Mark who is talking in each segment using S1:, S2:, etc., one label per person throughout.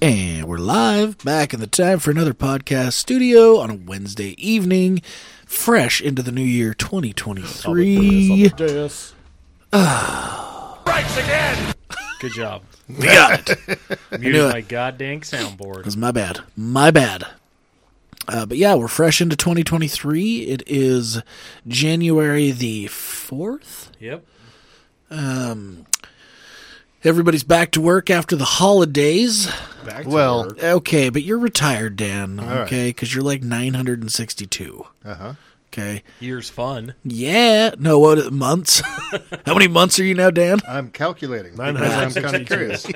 S1: And we're live back in the time for another podcast studio on a Wednesday evening, fresh into the new year 2023.
S2: Deus.
S3: Good job.
S1: We got it. knew
S3: Muted
S1: it.
S3: my goddamn soundboard.
S1: was my bad. My bad. Uh, but yeah, we're fresh into 2023. It is January the 4th.
S3: Yep.
S1: Everybody's back to work after the holidays.
S2: Back to
S4: Well,
S2: work.
S1: Okay, but you're retired, Dan.
S4: right.
S1: Okay, because you're like 962.
S4: Uh huh.
S1: Okay.
S3: Year's fun.
S1: Yeah. No, what months? How many months are you now, Dan?
S4: I'm calculating.
S2: Nine
S4: because
S2: hundred
S4: I'm kind of curious.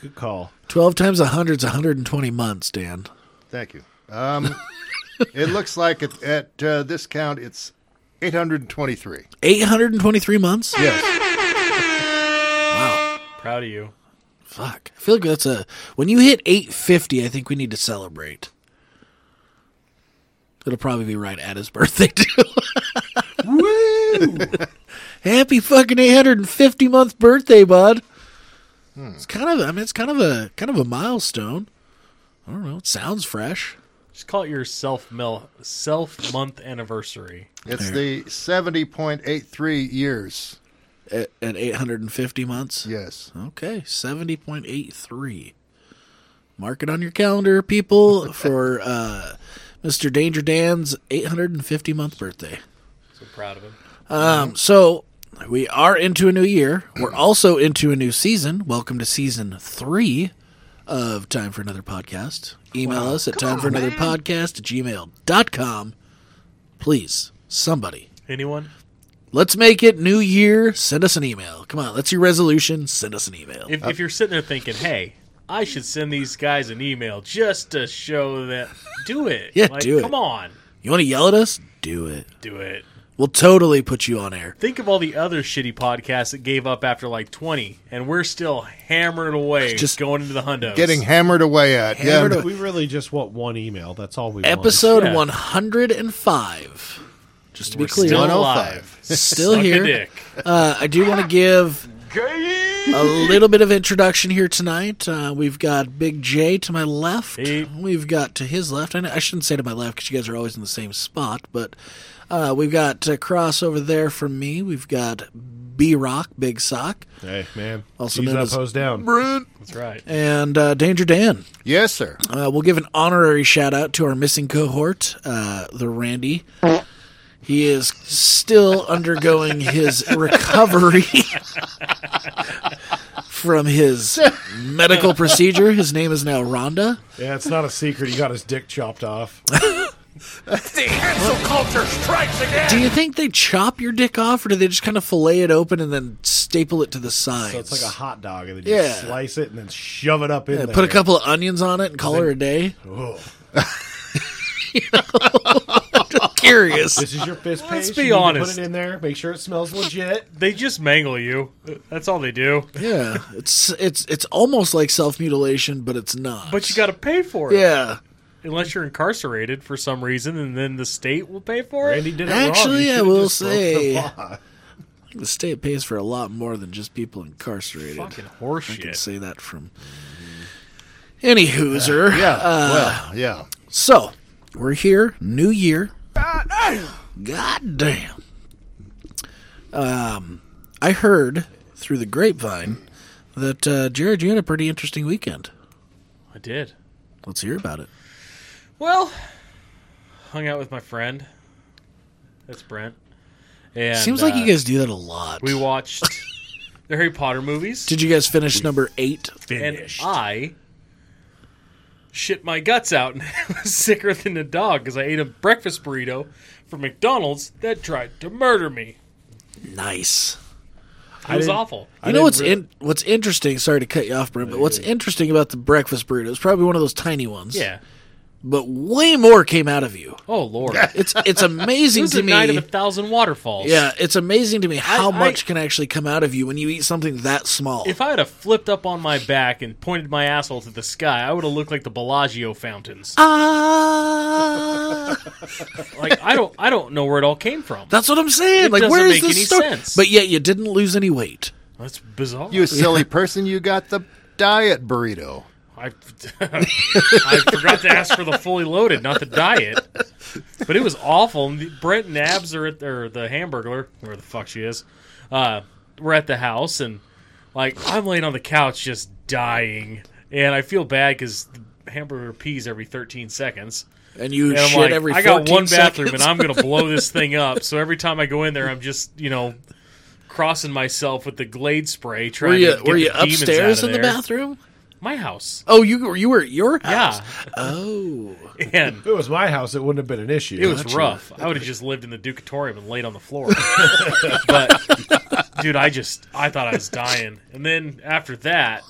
S2: good call.
S1: 12 times 100 is 120 months, Dan.
S4: Thank you. Um, it looks like at, at uh, this count, it's 823.
S1: 823 months?
S4: Yes.
S3: Proud of you.
S1: Fuck. I feel like that's a. When you hit 850, I think we need to celebrate. It'll probably be right at his birthday, too. Woo! Happy fucking 850 month birthday, bud. It's kind of, I mean, it's kind of a kind of a milestone. I don't know. It sounds fresh.
S3: Just call it your self mil self month anniversary.
S4: It's the 70.83 years.
S1: At, at 850 months.
S4: Yes.
S1: Okay, 70.83. Mark it on your calendar, people, for uh, Mr. Danger Dan's 850 month birthday.
S3: So proud of him.
S1: Um, so we are into a new year. We're also into a new season. Welcome to season three of Time for Another Podcast. Email us at time for another podcast at gmail.com. Please, somebody.
S3: Anyone?
S1: Let's make it new year. Send us an email. Come on, that's your resolution. Send us an email.
S3: If, if you're sitting there thinking, hey, I should send these guys an email just to show that do it.
S1: Yeah,
S3: like,
S1: do it.
S3: Come on.
S1: You want to yell at us? Do it.
S3: Do it.
S1: We'll totally put you on air.
S3: Think of all the other shitty podcasts that gave up after like 20, and we're still hammering away
S1: Just
S3: just going into the hundos.
S4: Getting hammered away at.
S1: Hammered
S4: yeah.
S1: away.
S2: We really just want one email. That's all we want.
S1: Episode
S3: Yeah.
S1: 105. Just to be clear,
S3: still
S4: 105.
S3: alive.
S1: still
S3: oh Suck a
S1: here.
S3: dick.
S1: Uh, I do want to give a little bit of introduction here tonight. Uh, we've got Big J to my left.
S3: Hey.
S1: We've got to his left. I, know, I shouldn't say to my left because you guys are always in the same spot, but uh, we've got uh, Cross over there from me. We've got B Rock, Big Sock,
S2: Hey, man.
S1: Also
S2: Also He's
S1: known
S2: up,
S1: as-
S2: hose down.
S3: That's right.
S1: and uh, Danger Dan.
S4: Yes, sir.
S1: Uh, we'll give an honorary shout out to our missing cohort, uh, the Randy. He is still undergoing his recovery from his medical procedure. His name is now Rhonda.
S2: Yeah, it's not a secret. He got his dick chopped off.
S1: Do you think they chop your dick off, or do they just kind of fillet it open and then staple it to the sides?
S2: So it's like a hot dog, and then you
S1: Yeah.
S2: slice it and then shove it up in
S1: Yeah,
S2: there.
S1: put a couple of onions on it and call her a day.
S2: Ugh.
S1: Curious.
S2: This is your fist paste.
S3: Let's be
S2: You need to
S3: honest.
S2: Put it in there. Make sure it smells legit.
S3: They just mangle you. That's all they do.
S1: Yeah, it's it's it's almost like self mutilation, but it's not.
S3: But you got to pay for it.
S1: yeah.
S3: Unless you're incarcerated for some reason, and then the state will pay for it.
S2: Randy did it
S1: Actually,
S2: wrong. You
S1: I
S2: should've
S1: will
S2: just broke the
S1: say-
S2: law.
S1: The state pays for a lot more than just people incarcerated.
S3: Fucking
S1: I can
S3: horseshit.
S1: say that from any hooser. Uh,
S4: Yeah. well, yeah.
S1: So we're here, new year. God damn. Um, I heard through the grapevine that uh, Jared, you had a pretty interesting weekend.
S3: I did.
S1: Let's hear about it.
S3: Well, hung out with my friend. That's Brent. And
S1: Seems like
S3: uh,
S1: you guys do that a lot.
S3: We watched the Harry Potter movies,
S1: Did you guys finish number eight?
S3: and uh,
S2: Finished.
S3: I shit my guts out and was sicker than a dog because I ate a breakfast burrito from McDonald's that tried to murder me.
S1: Nice.
S3: It was
S2: didn't-
S3: awful.
S1: You know what's
S2: didn't
S1: in, what's interesting? Sorry to cut you off, Brent, but what's interesting about the breakfast burrito? It's probably one of those tiny ones.
S3: Yeah.
S1: but way more came out of you.
S3: Oh lord.
S1: It's it's amazing
S3: This
S1: to
S3: is a
S1: me.
S3: night of a thousand waterfalls.
S1: yeah, it's amazing to me how
S3: I-
S1: much can actually come out of you when you eat something that small.
S3: If I had have flipped up on my back and pointed my asshole to the sky, I would have looked like the Bellagio fountains.
S1: Ah,
S3: Like I don't, I don't know where it all came from.
S1: that's what I'm saying.
S3: It
S1: like,
S3: doesn't
S1: where is
S3: make
S1: this
S3: any
S1: story?
S3: sense.
S1: But yet, you didn't lose any weight.
S3: That's bizarre.
S4: You silly person, you got the diet burrito?
S3: I, I forgot to ask for the fully loaded, not the diet. But it was awful. And the- Brent and Abs are at or the Hamburglar, where the fuck she is. Uh, we're at the house, and like I'm laying on the couch just dying, and I feel bad because Hamburger pees every 13 seconds.
S1: And you
S3: And I'm
S1: shit
S3: like,
S1: every
S3: I got
S1: 14
S3: one bathroom,
S1: seconds.
S3: and I'm gonna blow this thing up. So every time I go in there, I'm just you know crossing myself with the Glade spray trying
S1: Were you
S3: to get
S1: were you
S3: the demons
S1: upstairs
S3: out of
S1: in the
S3: there.
S1: bathroom?
S3: My house.
S1: Oh, you were- you were at your house.
S3: Yeah,
S1: Oh,
S3: and
S2: If it was my house, it wouldn't have been an issue.
S3: It was rough. I would have just lived in the Ducatorium and laid on the floor. but dude, I just I thought I was dying. And then after that,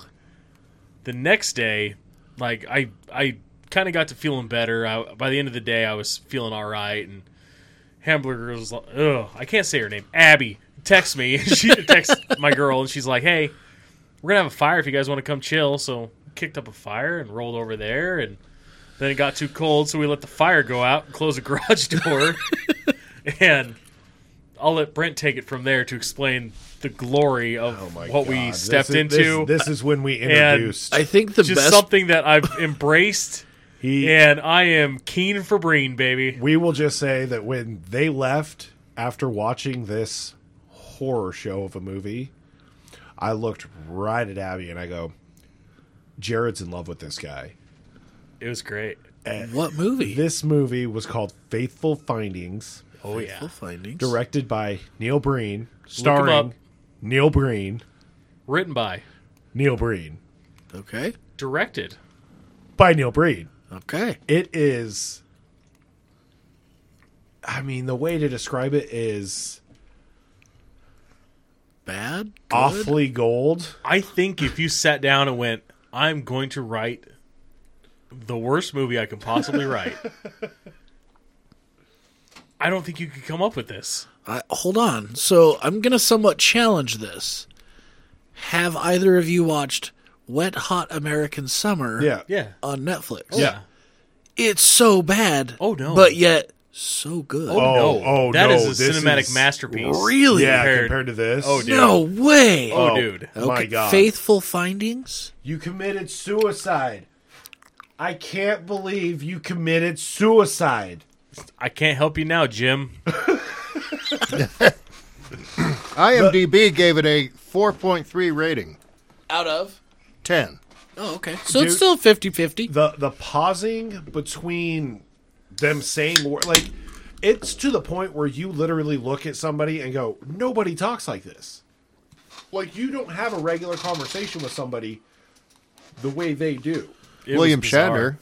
S3: the next day, like I I kind of got to feeling better. I, by the end of the day, I was feeling all right. And Hamburger was like, "Ugh, I can't say her name." Abby texts me. she texts my girl, and she's like, "Hey, we're gonna have a fire if you guys want to come chill." So kicked up a fire and rolled over there and. Then it got too cold, so we let the fire go out and close the garage door. and I'll let Brent take it from there to explain the glory of
S2: Oh my
S3: what we
S2: God. This
S3: stepped
S2: is-
S3: into.
S2: This, this is when we introduced.
S1: I think the
S3: just
S1: best.
S3: something that I've embraced,
S2: he,
S3: and I am keen for Breen, baby.
S2: We will just say that when they left after watching this horror show of a movie, I looked right at Abby and I go, Jared's in love with this guy.
S3: It was great.
S1: What movie?
S2: This movie was called Faithful Findings,
S3: Oh yeah,
S1: Full findings.
S2: directed by Neil Breen,
S3: up.
S2: starring Neil Breen,
S3: written by,
S2: Neil Breen,
S1: Okay.
S3: directed.
S2: by Neil Breen.
S1: Okay.
S2: It is. I mean, the way to describe it is
S1: Bad. Good?
S2: awfully gold.
S3: I think if you sat down and went, I'm going to write the worst movie I can possibly write. I don't think you could come up with this.
S1: I, hold on. So I'm gonna somewhat challenge this. Have either of you watched Wet Hot American Summer?
S2: Yeah. Oh,
S3: Yeah.
S1: On Netflix.
S2: Yeah.
S1: It's so bad.
S3: Oh, no.
S1: But yet so good.
S2: Oh,
S3: no.
S2: oh,
S3: That
S2: no,
S3: is a
S2: this
S3: cinematic
S2: is-
S3: masterpiece.
S1: Really?
S2: Yeah,
S3: Compared-
S2: compared, to this.
S3: Oh, dude.
S1: no way.
S3: Oh, dude.
S2: Oh, my God.
S1: Faithful Findings.
S2: You committed suicide. I can't believe you committed suicide.
S3: I can't help you now, Jim.
S4: IMDb gave it a 4.3 rating,
S1: Out of.
S4: 10.
S1: Oh, okay. So it's still
S2: Dude.
S1: 50-50.
S2: The the pausing between them saying wor- like it's to the point where you literally look at somebody and go, nobody talks like this. Like you don't have a regular conversation with somebody the way they do.
S3: It
S4: William
S3: was bizarre.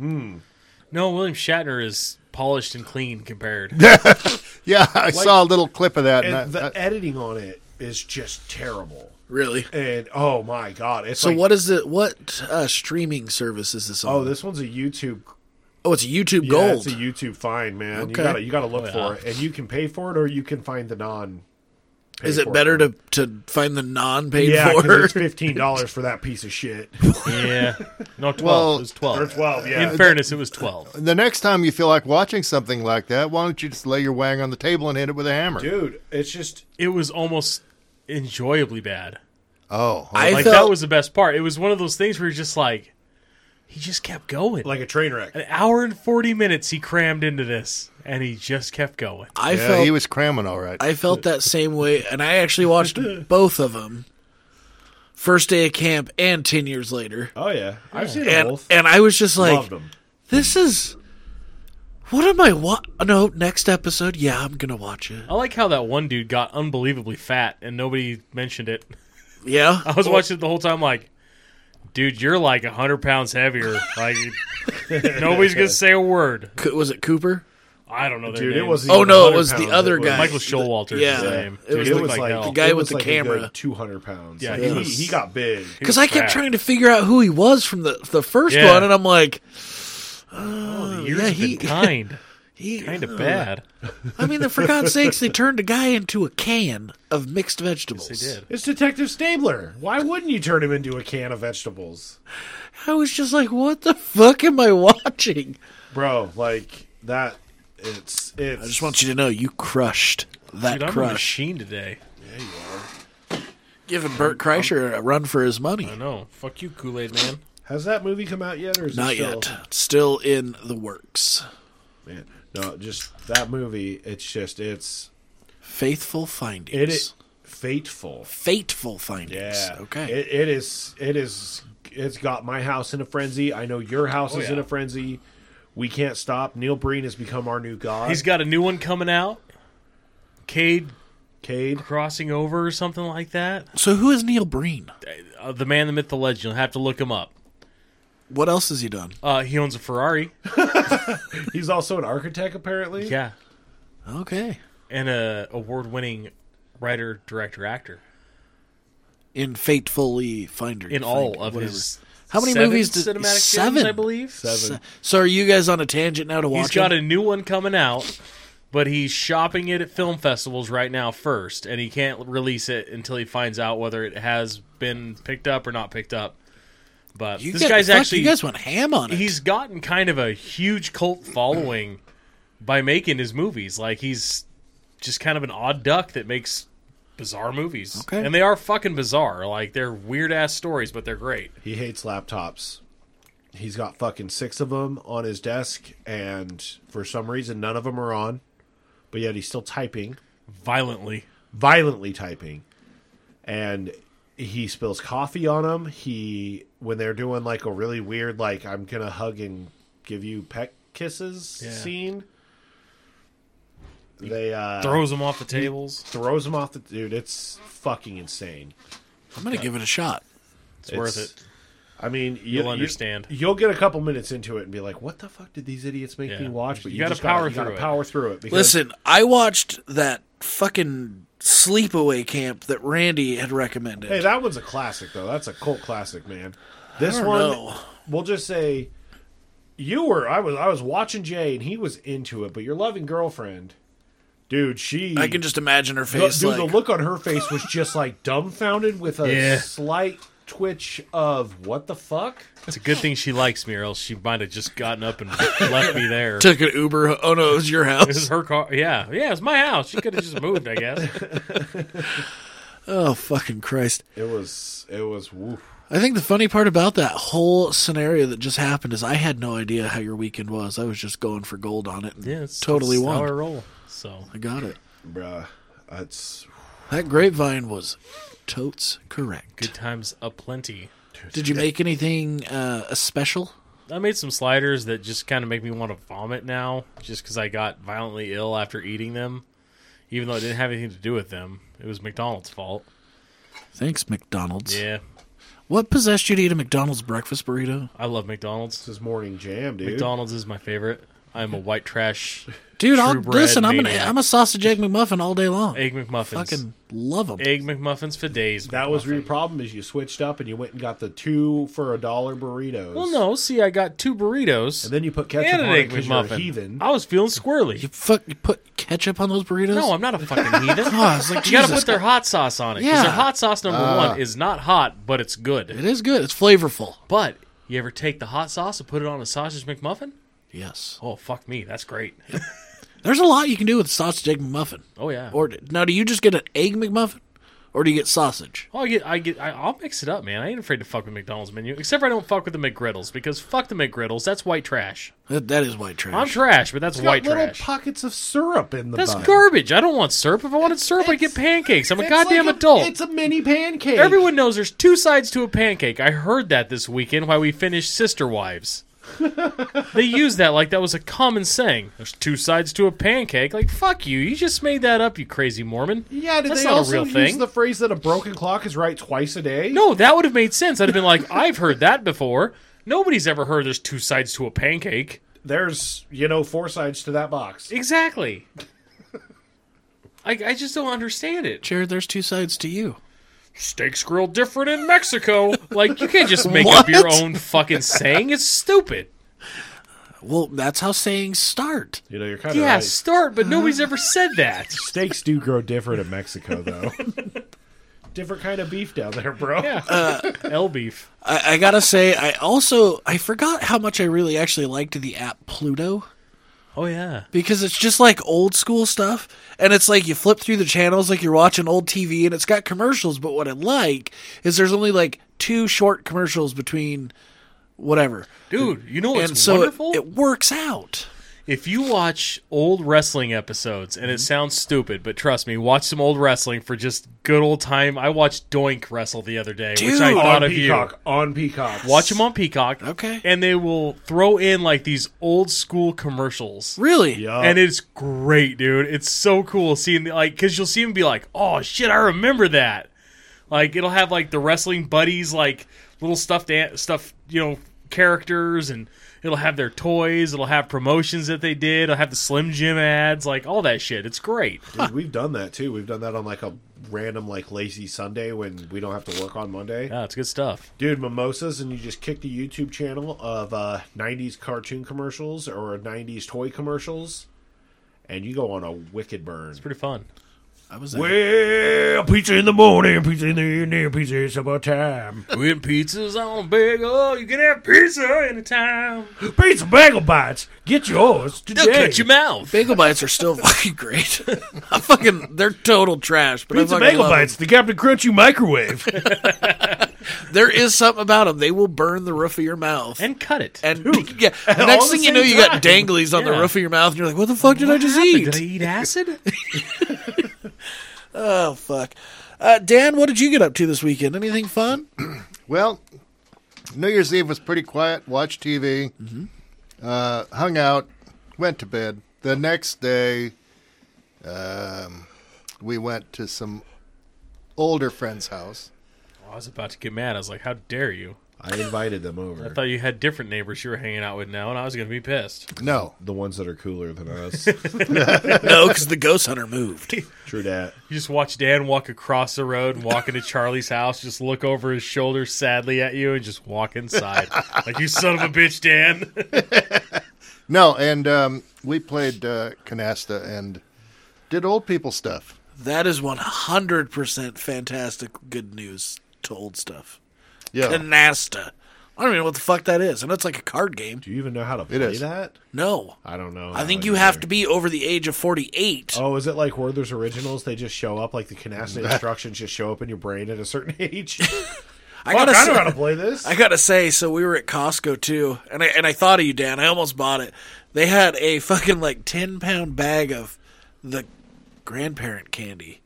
S4: Shatner.
S3: No, William Shatner is polished and clean compared.
S4: Yeah, I saw a little clip of that. And I-
S2: And the
S4: I-
S2: editing on it is just terrible.
S1: Really?
S2: And oh my god, it's
S1: So
S2: like
S1: what is it? What uh, streaming service is this on?
S2: oh, this one's a YouTube
S1: Oh, it's YouTube
S2: Yeah,
S1: Gold.
S2: it's a YouTube find, man. You
S1: Okay.
S2: gotta you gotta look
S3: Oh, yeah.
S2: for it, and you can pay for it, or you can find the non.
S1: Is it better to, to find the non-paid
S2: Yeah, 'cause
S1: for?
S2: it's fifteen dollars for that piece of shit.
S3: yeah. No, 12.
S4: Well,
S3: it was 12.
S2: Or twelve, yeah.
S3: In fairness, it was 12.
S4: the next time you feel like watching something like that, why don't you just lay your wang on the table and hit it with a hammer?
S2: Dude, it's just
S3: It was almost enjoyably bad.
S4: Oh, well,
S1: I
S3: Like,
S1: felt
S3: that was the best part. It was one of those things where you're just like, he just kept going.
S2: like a train wreck.
S3: An hour and 40 minutes he crammed into this, and he just kept going.
S1: I
S4: yeah,
S1: felt
S4: he was cramming all right.
S1: I felt that same way, and I actually watched both of them. First day of camp and ten years later,
S2: Oh yeah, I've seen them
S1: and
S2: both.
S1: and I was just like,
S2: Loved them.
S1: "This is what am I? What? No, next episode. Yeah, I'm gonna watch it.
S3: I like how that one dude got unbelievably fat, and nobody mentioned it.
S1: Yeah,
S3: I was watching it the whole time, like, dude, you're like 100 pounds heavier. Like, nobody's going to say a word.
S1: Co- was it Cooper?
S3: I don't know. Their
S2: Dude, it
S3: names.
S2: wasn't.
S1: Oh,
S2: even
S1: no, it
S2: 100
S1: was the
S2: pounds.
S1: other
S2: It was-
S1: guy.
S3: Michael Showalter.
S1: Yeah,
S3: is his
S1: yeah.
S3: name.
S1: It was looked
S2: Dude, it was like,
S1: the
S3: hell.
S1: guy with the camera.
S2: two hundred pounds.
S3: Yeah,
S2: Yeah,
S3: he
S2: he,
S1: was-
S2: he got big.
S1: Because I kept
S3: fat.
S1: trying to figure out who he was from the the first
S3: Yeah.
S1: one, and I'm like,
S3: The years
S1: yeah,
S3: have
S1: he-
S3: been kind,
S1: he
S3: kind
S1: uh,
S3: of bad.
S1: I mean, for God's sakes, they turned a guy into a can of mixed vegetables.
S3: They did.
S2: It's Detective Stabler. Why wouldn't you turn him into a can of vegetables,
S1: I was just like, what the fuck am I watching?
S2: bro? Like that. It's it's.
S1: I just want you to know you crushed that
S3: Dude, I'm a
S1: crush.
S3: machine today.
S1: Giving Burt Kreischer a run for his money.
S3: I know. Fuck you, Kool Aid Man.
S2: Has that movie come out yet, or is
S1: Not
S2: it still?
S1: yet. It's Still in the works.
S2: Man, no, just that movie. It's just it's
S1: Faithful findings.
S2: it is fateful.
S1: Fateful findings.
S2: Yeah.
S1: Okay.
S2: It, it is. It is. It's got my house in a frenzy. I know your house is in
S3: yeah.
S2: a frenzy. We can't stop. Neil Breen has become our new god.
S3: He's got a new one coming out. Cade
S2: Cade.
S3: crossing over or something like that.
S1: so who is Neil Breen?
S3: Uh, the man, the myth, the legend. You'll have to look him up.
S1: What else has he done?
S3: Uh, he owns a Ferrari.
S2: He's also an architect, apparently.
S3: Yeah,
S1: Okay.
S3: and a award-winning writer, director, actor
S1: In Fatefully Finder.
S3: in all of his.
S1: How many
S3: seven
S1: movies did-
S3: cinematic films,
S1: seven?
S3: I believe.
S2: Seven.
S1: So are you guys on a tangent now to watch
S3: He's got
S1: it?
S3: a new one coming out, but he's shopping it at film festivals right now first, and he can't release it until he finds out whether it has been picked up or not picked up. But
S1: You
S3: this
S1: guys-
S3: guy's
S1: fuck,
S3: actually
S1: You guys went ham on it.
S3: he's gotten kind of a huge cult following by making his movies. Like he's just kind of an odd duck that makes bizarre movies.
S1: Okay.
S3: And they are fucking bizarre. Like they're weird ass stories, but they're great.
S2: He hates laptops. He's got fucking six of them on his desk, and for some reason, none of them are on. But yet, he's still typing,
S3: Violently.
S2: violently typing, and he spills coffee on them. He when they're doing like a really weird, like I'm gonna hug and give you peck kisses
S3: Yeah.
S2: scene. They uh,
S3: Throws them off the tables.
S2: throws him off the dude. It's fucking insane.
S1: I'm going to give it a shot.
S3: It's, worth
S2: It's-
S3: it.
S2: I mean, you-
S3: You'll
S2: you-
S3: understand.
S2: You'll get a couple minutes into it and be like, "What the fuck did these idiots make
S3: Yeah.
S2: me watch?" But
S3: You
S2: you,
S3: gotta
S2: just gotta
S3: power
S2: you gotta
S3: through it.
S2: power through it. Because
S1: Listen, I watched that fucking sleepaway camp that Randy had recommended.
S2: hey, that one's a classic though. That's a cult classic, man. This
S1: don't
S2: one,
S1: know.
S2: we'll just say, you were. I was. I was watching Jay, and he was into it. But your loving girlfriend, dude, she.
S1: I can just imagine her
S2: the,
S1: face
S2: dude, the
S1: like,
S2: look on her face was just like dumbfounded with a
S3: Yeah.
S2: slight twitch of what the fuck.
S3: It's a good thing she likes me, or else she might have just gotten up and left me there.
S1: took an Uber. Oh, no, it was your
S3: This
S1: house.
S3: is her car. Yeah, yeah, it's my house. She could have just moved, I guess.
S1: Oh, fucking Christ.
S2: It was. It was. Woof.
S1: I think the funny part about that whole scenario that just happened is I had no idea how your weekend was. I was just going for gold on it and
S3: Yeah, it's
S1: totally
S3: it's how I
S1: won.
S3: roll. So
S1: I got it.
S2: Bruh, that's
S1: That grapevine was totes correct.
S3: good times aplenty.
S1: Did you make anything uh, a special?
S3: I made some sliders that just kind of make me want to vomit now, just because I got violently ill after eating them, even though it didn't have anything to do with them. It was McDonald's fault.
S1: Thanks, McDonald's.
S3: Yeah,
S1: What possessed you to eat a McDonald's breakfast burrito?
S3: I love McDonald's.
S2: this is morning jam, dude.
S3: McDonald's is my favorite. I'm a white trash
S1: Dude, I'll,
S3: True bread
S1: listen, I'm an,
S3: maniac.
S1: I'm a sausage egg McMuffin all day long.
S3: egg McMuffins.
S1: Fucking love them.
S3: Egg McMuffins for days.
S2: That was
S3: McMuffin.
S2: your problem is you switched up and you went and got the two for a dollar burritos.
S3: well, no. See, I got two burritos
S2: And then you put ketchup
S3: and
S2: on
S3: an
S2: it
S3: egg
S2: 'cause you're a
S3: McMuffin.
S2: heathen.
S3: I was feeling squirrely.
S1: You fuck, you put ketchup on those burritos?
S3: No, I'm not a fucking heathen.
S1: Oh, I was like,
S3: you got to
S1: Jesus.
S3: put their hot sauce on it. 'cause
S1: Yeah.
S3: Their hot sauce number
S2: Uh.
S4: Ah.
S3: one is not hot, but it's good.
S1: It is good. It's flavorful.
S3: But you ever take the hot sauce and put it on a sausage McMuffin?
S1: Yes.
S3: Oh fuck me, that's great.
S1: There's a lot you can do with sausage egg McMuffin.
S3: Oh yeah.
S1: Or now, do you just get an egg McMuffin, or do you get sausage?
S3: Oh, I get, I get, I, I'll mix it up, man. I ain't afraid to fuck with McDonald's menu, except for I don't fuck with the McGriddles because fuck the McGriddles. That's white trash.
S1: That, that is white trash.
S3: I'm trash, but that's
S2: It's got
S3: white
S2: little
S3: trash.
S2: pockets of syrup in the
S3: that's
S2: bun.
S3: garbage. I don't want syrup. If I wanted syrup, I'd get pancakes. I'm a
S2: It's
S3: goddamn
S2: like a-
S3: adult.
S2: It's a mini pancake.
S3: Everyone knows there's two sides to a pancake. I heard that this weekend while we finished Sister Wives. they used that like that was a common saying. There's two sides to a pancake. Like fuck you, you just made that up, you crazy Mormon.
S2: Yeah, did
S3: that's
S2: they
S3: not
S2: also
S3: a real
S2: use
S3: thing.
S2: the phrase that a broken clock is right twice a day?
S3: No, that would have made sense. I'd have been like, I've heard that before. Nobody's ever heard there's two sides to a pancake.
S2: There's, you know, four sides to that box.
S3: Exactly. I, I just don't understand it.
S1: Jared, there's two sides to you.
S3: Steaks grilled different in Mexico. Like you can't just make up your
S1: What?
S3: own fucking saying. It's stupid.
S1: Well, that's how sayings start.
S2: You know, you're kind of
S3: Yeah,
S2: right.
S3: start, but nobody's ever said that.
S2: Steaks do grow different in Mexico, though. different kind of beef down there, bro.
S3: Yeah. L beef.
S1: I, I gotta say, I also I forgot how much I really actually liked the app Pluto.
S3: Oh yeah.
S1: because it's just like old school stuff and it's like you flip through the channels like you're watching old TV and it's got commercials but what I like is there's only like two short commercials between whatever
S3: Dude, you know
S1: and
S3: what's
S1: so it,
S3: wonderful?
S1: it works out
S3: if you watch old wrestling episodes, and it sounds stupid, but trust me, watch some old wrestling for just good old time. I watched Doink wrestle the other day, which I
S1: Dude.
S3: thought
S2: on
S3: of
S2: Peacock.
S3: you.
S2: On Peacock.
S3: Watch them on Peacock.
S1: Okay.
S3: And they will throw in like these old school commercials.
S1: really
S2: Yeah.
S3: And it's great, dude. It's so cool seeing the, like because you'll see him be like, "Oh shit, I remember that." Like it'll have like the wrestling buddies, like little stuffed an- stuff, you know, characters, and it'll have their toys. It'll have promotions that they did. It'll have the Slim Jim ads, like all that shit. It's great.
S2: Dude, we've done that too. We've done that on like a random like lazy Sunday when we don't have to work on Monday.
S3: Yeah, it's good stuff.
S2: Dude, mimosas and you just kick the YouTube channel of uh, 90s cartoon commercials or 90s toy commercials and you go on a wicked burn.
S3: Pretty fun.
S1: I was
S2: Well, pizza in the morning, pizza in the evening, pizza is about time.
S3: When pizza's on big, oh, you can have pizza anytime.
S2: Pizza bagel bites. Get yours
S3: They'll cut your mouth.
S1: bagel bites are still fucking great I fucking they're total trash but I fucking love
S2: the Captain Crunchy microwave.
S1: Them. there is something about them they will burn the roof of your mouth
S3: And cut it.
S1: and yeah, the next
S2: the
S1: thing you
S2: same
S1: know, you got
S2: time.
S1: danglies on the
S3: Yeah.
S1: roof of your mouth, and you're like, "What the fuck did I just eat?"
S3: Did I eat acid?
S1: Oh fuck, uh, Dan, what did you get up to this weekend? Anything fun?
S4: Well, New Year's Eve was pretty quiet. Watched TV,
S1: Mm-hmm.
S4: uh, hung out, went to bed. The next day, um, we went to some older friend's house.
S3: I was about to get mad. I was like, "How dare you?"
S2: I invited them
S3: I
S2: over.
S3: thought you had different neighbors you were hanging out with now, and I was going to be pissed.
S4: No,
S2: The ones that are cooler than us.
S1: no, because the ghost hunter moved.
S2: True that.
S3: You just watch Dan walk across the road and walk into Charlie's house, just look over his shoulder sadly at you, and just walk inside. like, you son of a bitch, Dan.
S4: no, and um, we played uh, canasta and did old people stuff.
S1: That is one hundred percent fantastic good news to old stuff.
S4: Yeah,
S1: Canasta. I don't even know what the fuck that is. I know it's like a card game.
S2: Do you even know how to play
S4: is.
S2: that?
S1: No,
S2: I don't know.
S1: I think you have to be over the age of forty-eight.
S2: Oh, is it like Werther's Originals? They just show up, like the canasta instructions just show up in your brain at a certain age.
S1: I
S2: Fuck,
S1: gotta
S2: I don't
S1: say-
S2: know how to play this.
S1: I gotta say, so we were at Costco too, and I and I thought of you, Dan. I almost bought it. They had a fucking like ten pound bag of the grandparent candy.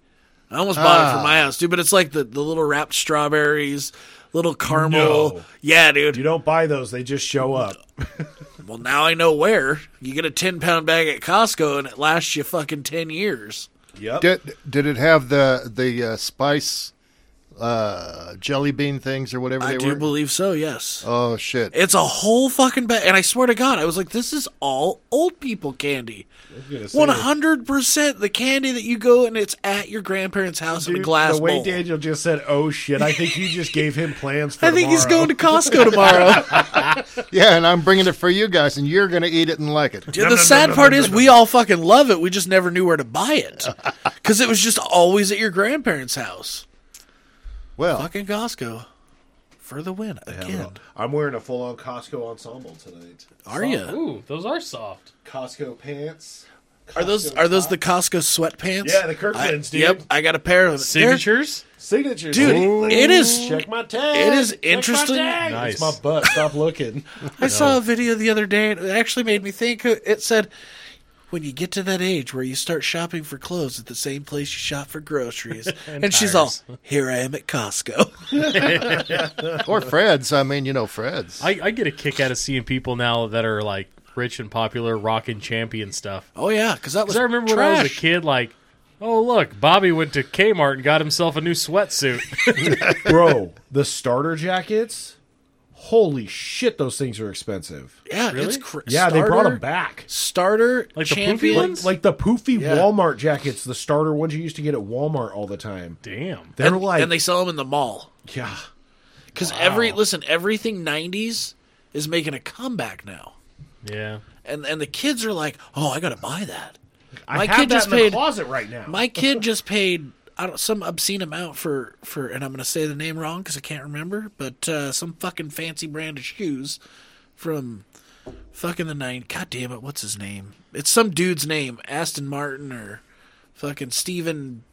S1: I almost bought it for
S4: Ah.
S1: my house too, but it's like the, the little wrapped strawberries, little caramel.
S2: No.
S1: Yeah, dude.
S2: you don't buy those; they just show up.
S1: Well, now I know where you get a ten pound bag at Costco, and it lasts you fucking ten years.
S2: Yep.
S4: Did did it have the the uh, spice uh, jelly bean things or whatever
S1: I
S4: they
S1: do
S4: were?
S1: believe so. Yes,
S4: oh shit!
S1: it's a whole fucking bag, and I swear to God, I was like, this is all old people candy. One hundred percent the candy that you go and it's at your grandparents' house in a
S2: Dude,
S1: glass
S2: the way
S1: bowl.
S2: Daniel just said, "Oh shit!" I think you just gave him plans for.
S1: I think he's
S2: tomorrow.
S1: going to Costco tomorrow.
S4: Yeah, and I'm bringing it for you guys, and you're gonna eat it and like it.
S1: Dude, the sad part is we all fucking love it. We just never knew where to buy it because it was just always at your grandparents' house.
S4: Well,
S1: Fucking Costco for the win again.
S2: I'm wearing a full-on Costco ensemble tonight.
S1: Are you?
S3: Ooh, those are soft.
S2: Costco pants.
S1: Are those are those the Costco sweatpants?
S2: Yeah, the
S1: I-
S2: Kirkmans, dude.
S1: Yep, I got a pair of them. They're-
S3: Signatures?
S2: signatures?
S1: Dude, it is-
S2: Check my tag.
S1: It is
S2: Check my
S1: interesting.
S2: tag.
S3: Nice.
S2: It's my butt. Stop looking.
S1: I saw a video the other day, and it actually made me think. It said, "When you get to that age where you start shopping for clothes at the same place you shop for groceries," and, she's all,
S3: tires.
S1: "Here I am at Costco."
S4: or Fred's. I mean, you know, Fred's.
S3: I, I get a kick out of seeing people now that are like rich and popular, rocking champion stuff.
S1: oh yeah, because that was
S3: Because I remember
S1: trash.
S3: when I was a kid, like, oh, look, Bobby went to Kmart and got himself a new sweatsuit.
S2: Bro, the starter jackets. Holy shit, those things are expensive.
S1: Yeah, it's
S3: Really?
S1: cr-
S2: Yeah, they brought
S1: starter-
S2: them back.
S1: Starter
S3: Like the poofy
S1: champion.
S3: ones?
S2: Like the poofy
S1: Yeah.
S2: Walmart jackets, the starter ones you used to get at Walmart all the time.
S3: Damn.
S2: They're like,
S1: and they sell them in the mall
S2: yeah,
S1: because every listen, everything '90s is making a comeback now,
S3: Yeah.
S1: and and the kids are like, "Oh, I gotta buy that."
S2: I have that in the closet right now.
S1: My kid just paid I don't, some obscene amount for for, and I'm going to say the name wrong because I can't remember, but uh, some fucking fancy brand of shoes from fucking the nine. God damn it, what's his name? It's some dude's name, Aston Martin or fucking Steven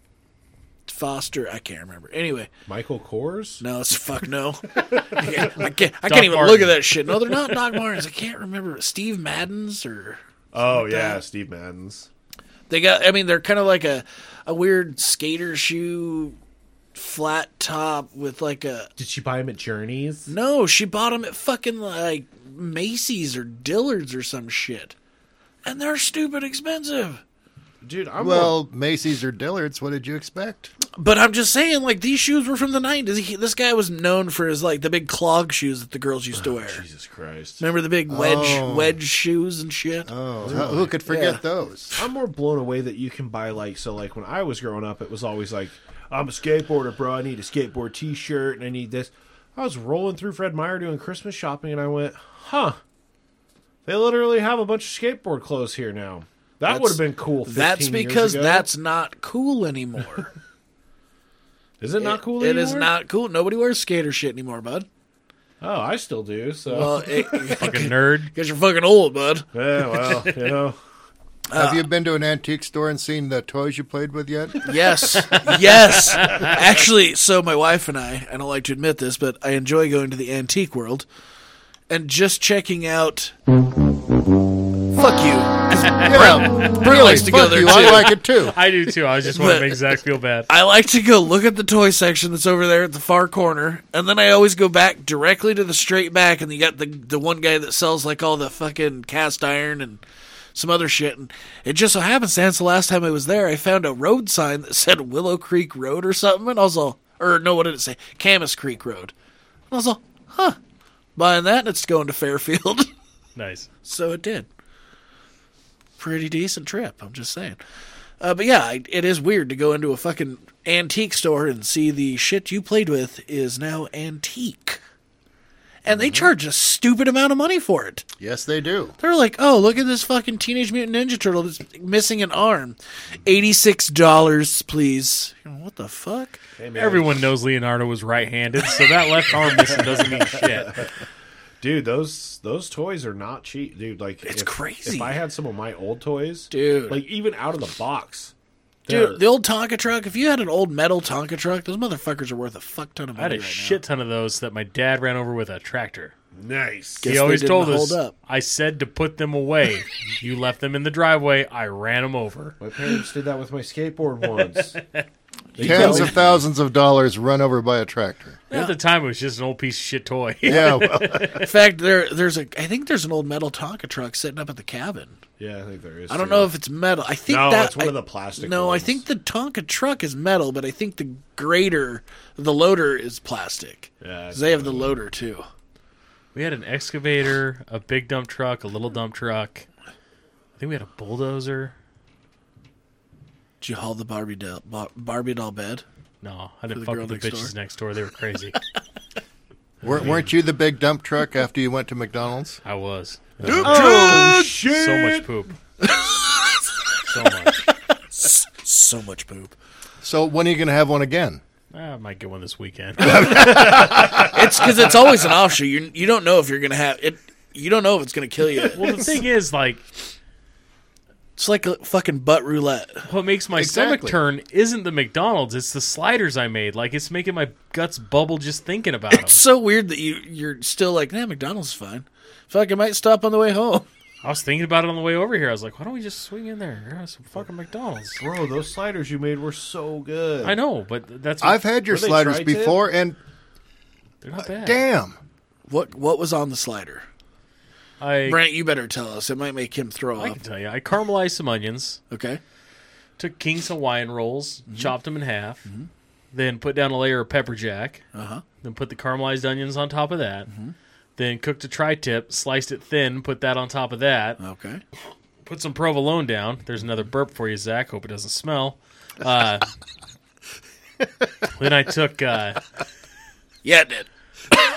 S1: Foster. I can't remember. Anyway,
S2: Michael Kors?
S1: no, it's fuck no. I can't. I can't, I can't even
S3: Martin.
S1: look at that shit. No, they're not Doc Martens. I can't remember Steve Madden's or
S2: Oh yeah, Steve Madden's.
S1: they got. I mean, they're kind of like a a weird skater shoe, flat top with like a
S2: Did she buy him at Journeys?
S1: No, she bought them at fucking like Macy's or Dillard's or some shit. And they're stupid expensive.
S2: Dude, I'm
S4: Well, Macy's or Dillard's, what did you expect?
S1: But I'm just saying, like, these shoes were from the 90s. He, this guy was known for his, like, the big clog shoes that the girls used
S2: Oh,
S1: to wear.
S2: Jesus Christ.
S1: Remember the big wedge
S4: Oh.
S1: wedge shoes and shit?
S4: Oh, how- who could forget
S1: Yeah.
S4: those?
S2: I'm more blown away that you can buy like so like when I was growing up it was always like I'm a skateboarder, bro. I need a skateboard t-shirt and I need this. I was rolling through Fred Meyer doing Christmas shopping and I went, "Huh. They literally have a bunch of skateboard clothes here now." That
S1: That's-
S2: would have been cool. 15
S1: That's
S2: years
S1: because
S2: ago.
S1: that's not cool anymore.
S2: is it not cool
S1: It is
S2: anymore?
S1: not cool. Nobody wears skater shit anymore, bud.
S2: Oh, I still do. So
S1: Well,
S3: Fucking nerd.
S1: because you're fucking old, bud.
S2: yeah, well, you know,
S1: Uh,
S4: Have you been to an antique store and seen the toys you played with yet?
S1: Yes. Yes. Actually, so my wife and I, I don't like to admit this, but I enjoy going to the antique world and just checking out. Fuck you.
S4: yeah,
S1: Brett likes to go
S4: fuck
S1: there
S4: you,
S1: too.
S4: I like it too.
S3: I do too. I just want
S1: But-
S3: to make Zach feel bad.
S1: I like to go look at the toy section that's over there at the far corner, and then I always go back directly to the straight back, and you got the the one guy that sells like all the fucking cast iron and some other shit, and it just so happens that's the last time I was there, I found a road sign that said Willow Creek Road or something, and I was all, or no, what did it say? Camas Creek Road. And I was all, huh, buying that, and it's going to Fairfield.
S3: Nice.
S1: So it did. Pretty decent trip, I'm just saying. Uh, but yeah, I- it is weird to go into a fucking antique store and see the shit you played with is now antique. And
S3: Mm-hmm.
S1: they charge a stupid amount of money for it.
S4: Yes, they do.
S1: They're like, oh, look at this fucking Teenage Mutant Ninja Turtle that's missing an arm. $86, please. You know, What the fuck?
S3: Everyone knows Leonardo was right-handed, so that left arm missing doesn't mean shit.
S2: dude, those those toys are not cheap, dude. Like
S1: It's
S2: if-
S1: crazy.
S2: If I had some of my old toys,
S1: Dude.
S2: like even out of the box, they're-
S1: Dude, the old Tonka truck, if you had an old metal Tonka truck, those motherfuckers are worth a fuck ton of
S3: I
S1: money. right
S3: had a
S1: now.
S3: shit ton of those that my dad ran over with a tractor.
S2: nice.
S1: Guess
S3: he
S1: they
S3: always
S1: didn't
S3: told us,
S1: hold up.
S3: I said to put them away. you left them in the driveway. I ran them over.
S2: My parents did that with my skateboard once.
S4: Tens of thousands of dollars run over by a tractor.
S3: At the time, it was just an old piece of shit toy.
S4: Yeah, well,
S1: In fact, there there's a I think there's an old metal Tonka truck sitting up at the cabin.
S2: yeah, I think there is.
S1: I don't know if it's metal. I think
S2: no,
S1: that
S2: it's one of
S1: I-
S2: the plastic.
S1: No,
S2: ones.
S1: I think the Tonka truck is metal, but I think the grader, the loader is plastic.
S2: Yeah,
S1: 'Cause they have the loader too.
S3: we had an excavator, a big dump truck, a little dump truck. I think we had a bulldozer.
S1: Did you haul the Barbie doll, Bar- Barbie doll bed?
S3: No, I didn't
S1: the
S3: fuck
S1: girl
S3: with
S1: next
S3: the bitches
S1: door?
S3: next door. They were crazy.
S4: weren't, weren't you the big dump truck after you went to McDonald's?
S3: I was.
S2: Oh shit!
S3: So much poop. so much.
S1: So much poop.
S4: So when are you going to have one again?
S3: Ah, I might get one this weekend.
S1: It's because it's always an offshoot. You you don't know if you're gonna have it. You don't know if it's gonna kill you.
S3: well, the thing is, like,
S1: It's like a fucking butt roulette.
S3: what makes my stomach
S4: Exactly.
S3: turn isn't the McDonald's; it's the sliders I made. Like, it's making my guts bubble just thinking about them.
S1: It's so weird that you you're still like, nah, McDonald's is fine. Fuck, I might stop on the way home.
S3: I was thinking about it on the way over here. I was like, why don't we just swing in there? and Have some fucking McDonald's.
S2: Bro, those sliders you made were so good.
S3: I know, but that's
S4: I've had your
S2: Were they
S4: sliders
S2: tri-tip?
S4: before, and
S3: they're not bad.
S4: damn,
S1: What what was on the slider?
S3: I
S1: Brent, you better tell us. It might make him throw
S3: I
S1: up.
S3: can tell you, I caramelized some onions.
S1: Okay.
S3: took King's Hawaiian rolls, chopped them in half, then put down a layer of pepper jack,
S1: Uh-huh.
S3: then put the caramelized onions on top of that, then cooked a tri tip, sliced it thin, put that on top of that,
S1: Okay.
S3: put some provolone down. There's another burp for you, Zach. Hope it doesn't smell. Uh, then I took uh,
S1: Yeah, it did.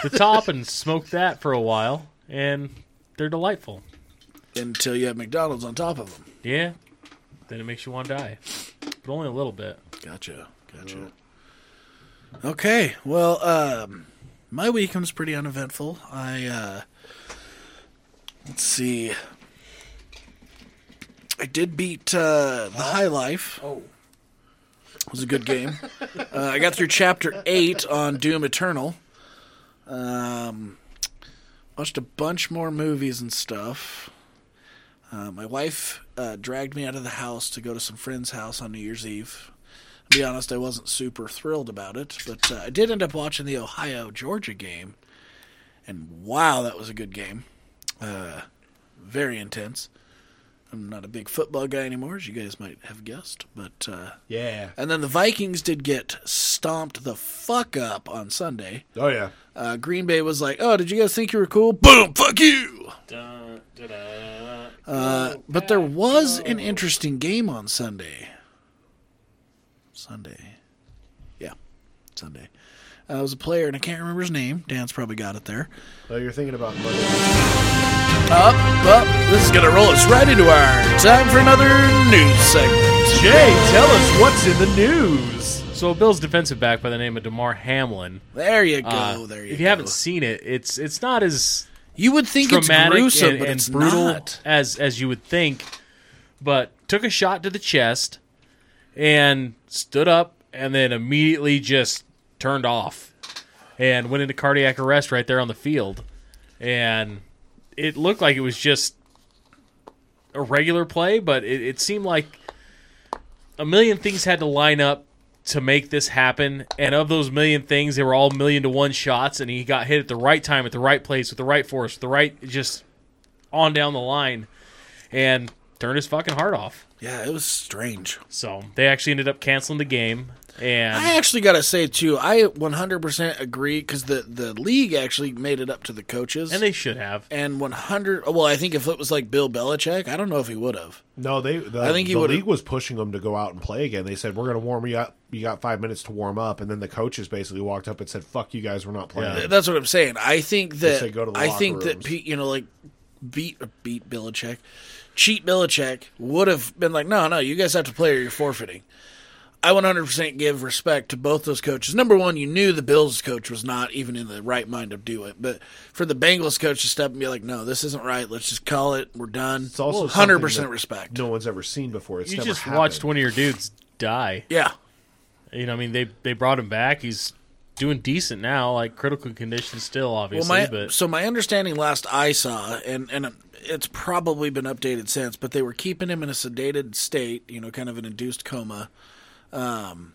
S3: the top and smoked that for a while, and they're delightful.
S1: Until you have McDonald's on top of them.
S3: Yeah. Then it makes you want to die, but only a little bit.
S1: Gotcha. Gotcha. Okay. Well, um, my weekend was pretty uneventful. I uh, Let's see. I did beat uh, the High Life.
S2: Oh.
S1: It was a good game. uh, I got through chapter eight on Doom Eternal. Um, watched a bunch more movies and stuff. Uh, my wife uh, dragged me out of the house to go to some friend's house on New Year's Eve. To be honest, I wasn't super thrilled about it, but uh, I did end up watching the Ohio Georgia game, and wow, that was a good game. Uh, very intense. I'm not a big football guy anymore, as you guys might have guessed, but uh,
S2: Yeah.
S1: and then the Vikings did get stomped the fuck up on Sunday.
S2: Oh yeah.
S1: Uh, Green Bay was like, "Oh, did you guys think you were cool? Boom, fuck you."
S3: Dun, dun, dun.
S1: Uh, but there was an interesting game on Sunday. Sunday, yeah, Sunday. Uh, it was a player, and I can't remember his name. Dan's probably got it there.
S2: Oh, you're thinking about Monday.
S1: Up, up. This is gonna roll us right into our time for another news segment.
S2: Jay, tell us what's in the news.
S3: So a Bills defensive back by the name of Damar Hamlin.
S1: There you go.
S3: Uh,
S1: Oh, there you.
S3: if
S1: go.
S3: you haven't seen it, it's it's not as
S1: you would think it's
S3: traumatic
S1: gruesome,
S3: and,
S1: but
S3: and
S1: it's
S3: brutal
S1: not.
S3: as as you would think. But took a shot to the chest and stood up, and then immediately just turned off and went into cardiac arrest right there on the field. And it looked like it was just a regular play, but it, it seemed like a million things had to line up to make this happen. And of those million things, they were all million to one shots, and he got hit at the right time, at the right place, with the right force, the right just on down the line, and turned his fucking heart off.
S1: Yeah, it was strange.
S3: So they actually ended up canceling the game. And
S1: I actually gotta say too, I 100% agree because the the league actually made it up to the coaches,
S3: and they should have.
S1: and 100. Well, I think if it was like Bill Belichick, I don't know if he would have.
S2: No, they. The,
S1: I think he
S2: the
S1: would've-
S2: league was pushing them to go out and play again. They said we're going to warm you up. You got five minutes to warm up, and then the coaches basically walked up and said, "Fuck you guys, we're not playing."
S1: Th- That's what I'm saying. I think that
S2: say go to the
S1: I
S2: locker
S1: think that
S2: rooms.
S1: Pete, you know, like beat beat Belichick, cheat Belichick would have been like, no, no, you guys have to play or you're forfeiting. I 100% give respect to both those coaches. Number one, you knew the Bills coach was not even in the right mind to do it, but for the Bengals coach to step and be like, no, this isn't right. Let's just call it. We're done.
S2: It's also something
S1: 100%
S2: that
S1: respect.
S2: No one's ever seen before. It's
S3: You
S2: never
S3: just
S2: happened.
S3: watched one of your dudes die.
S1: Yeah.
S3: You know, I mean, they they brought him back. He's doing decent now, like critical condition still,
S1: Well,
S3: obviously.
S1: my
S3: but
S1: so my understanding last I saw, and and it's probably been updated since, but they were keeping him in a sedated state, you know, kind of an induced coma. Um,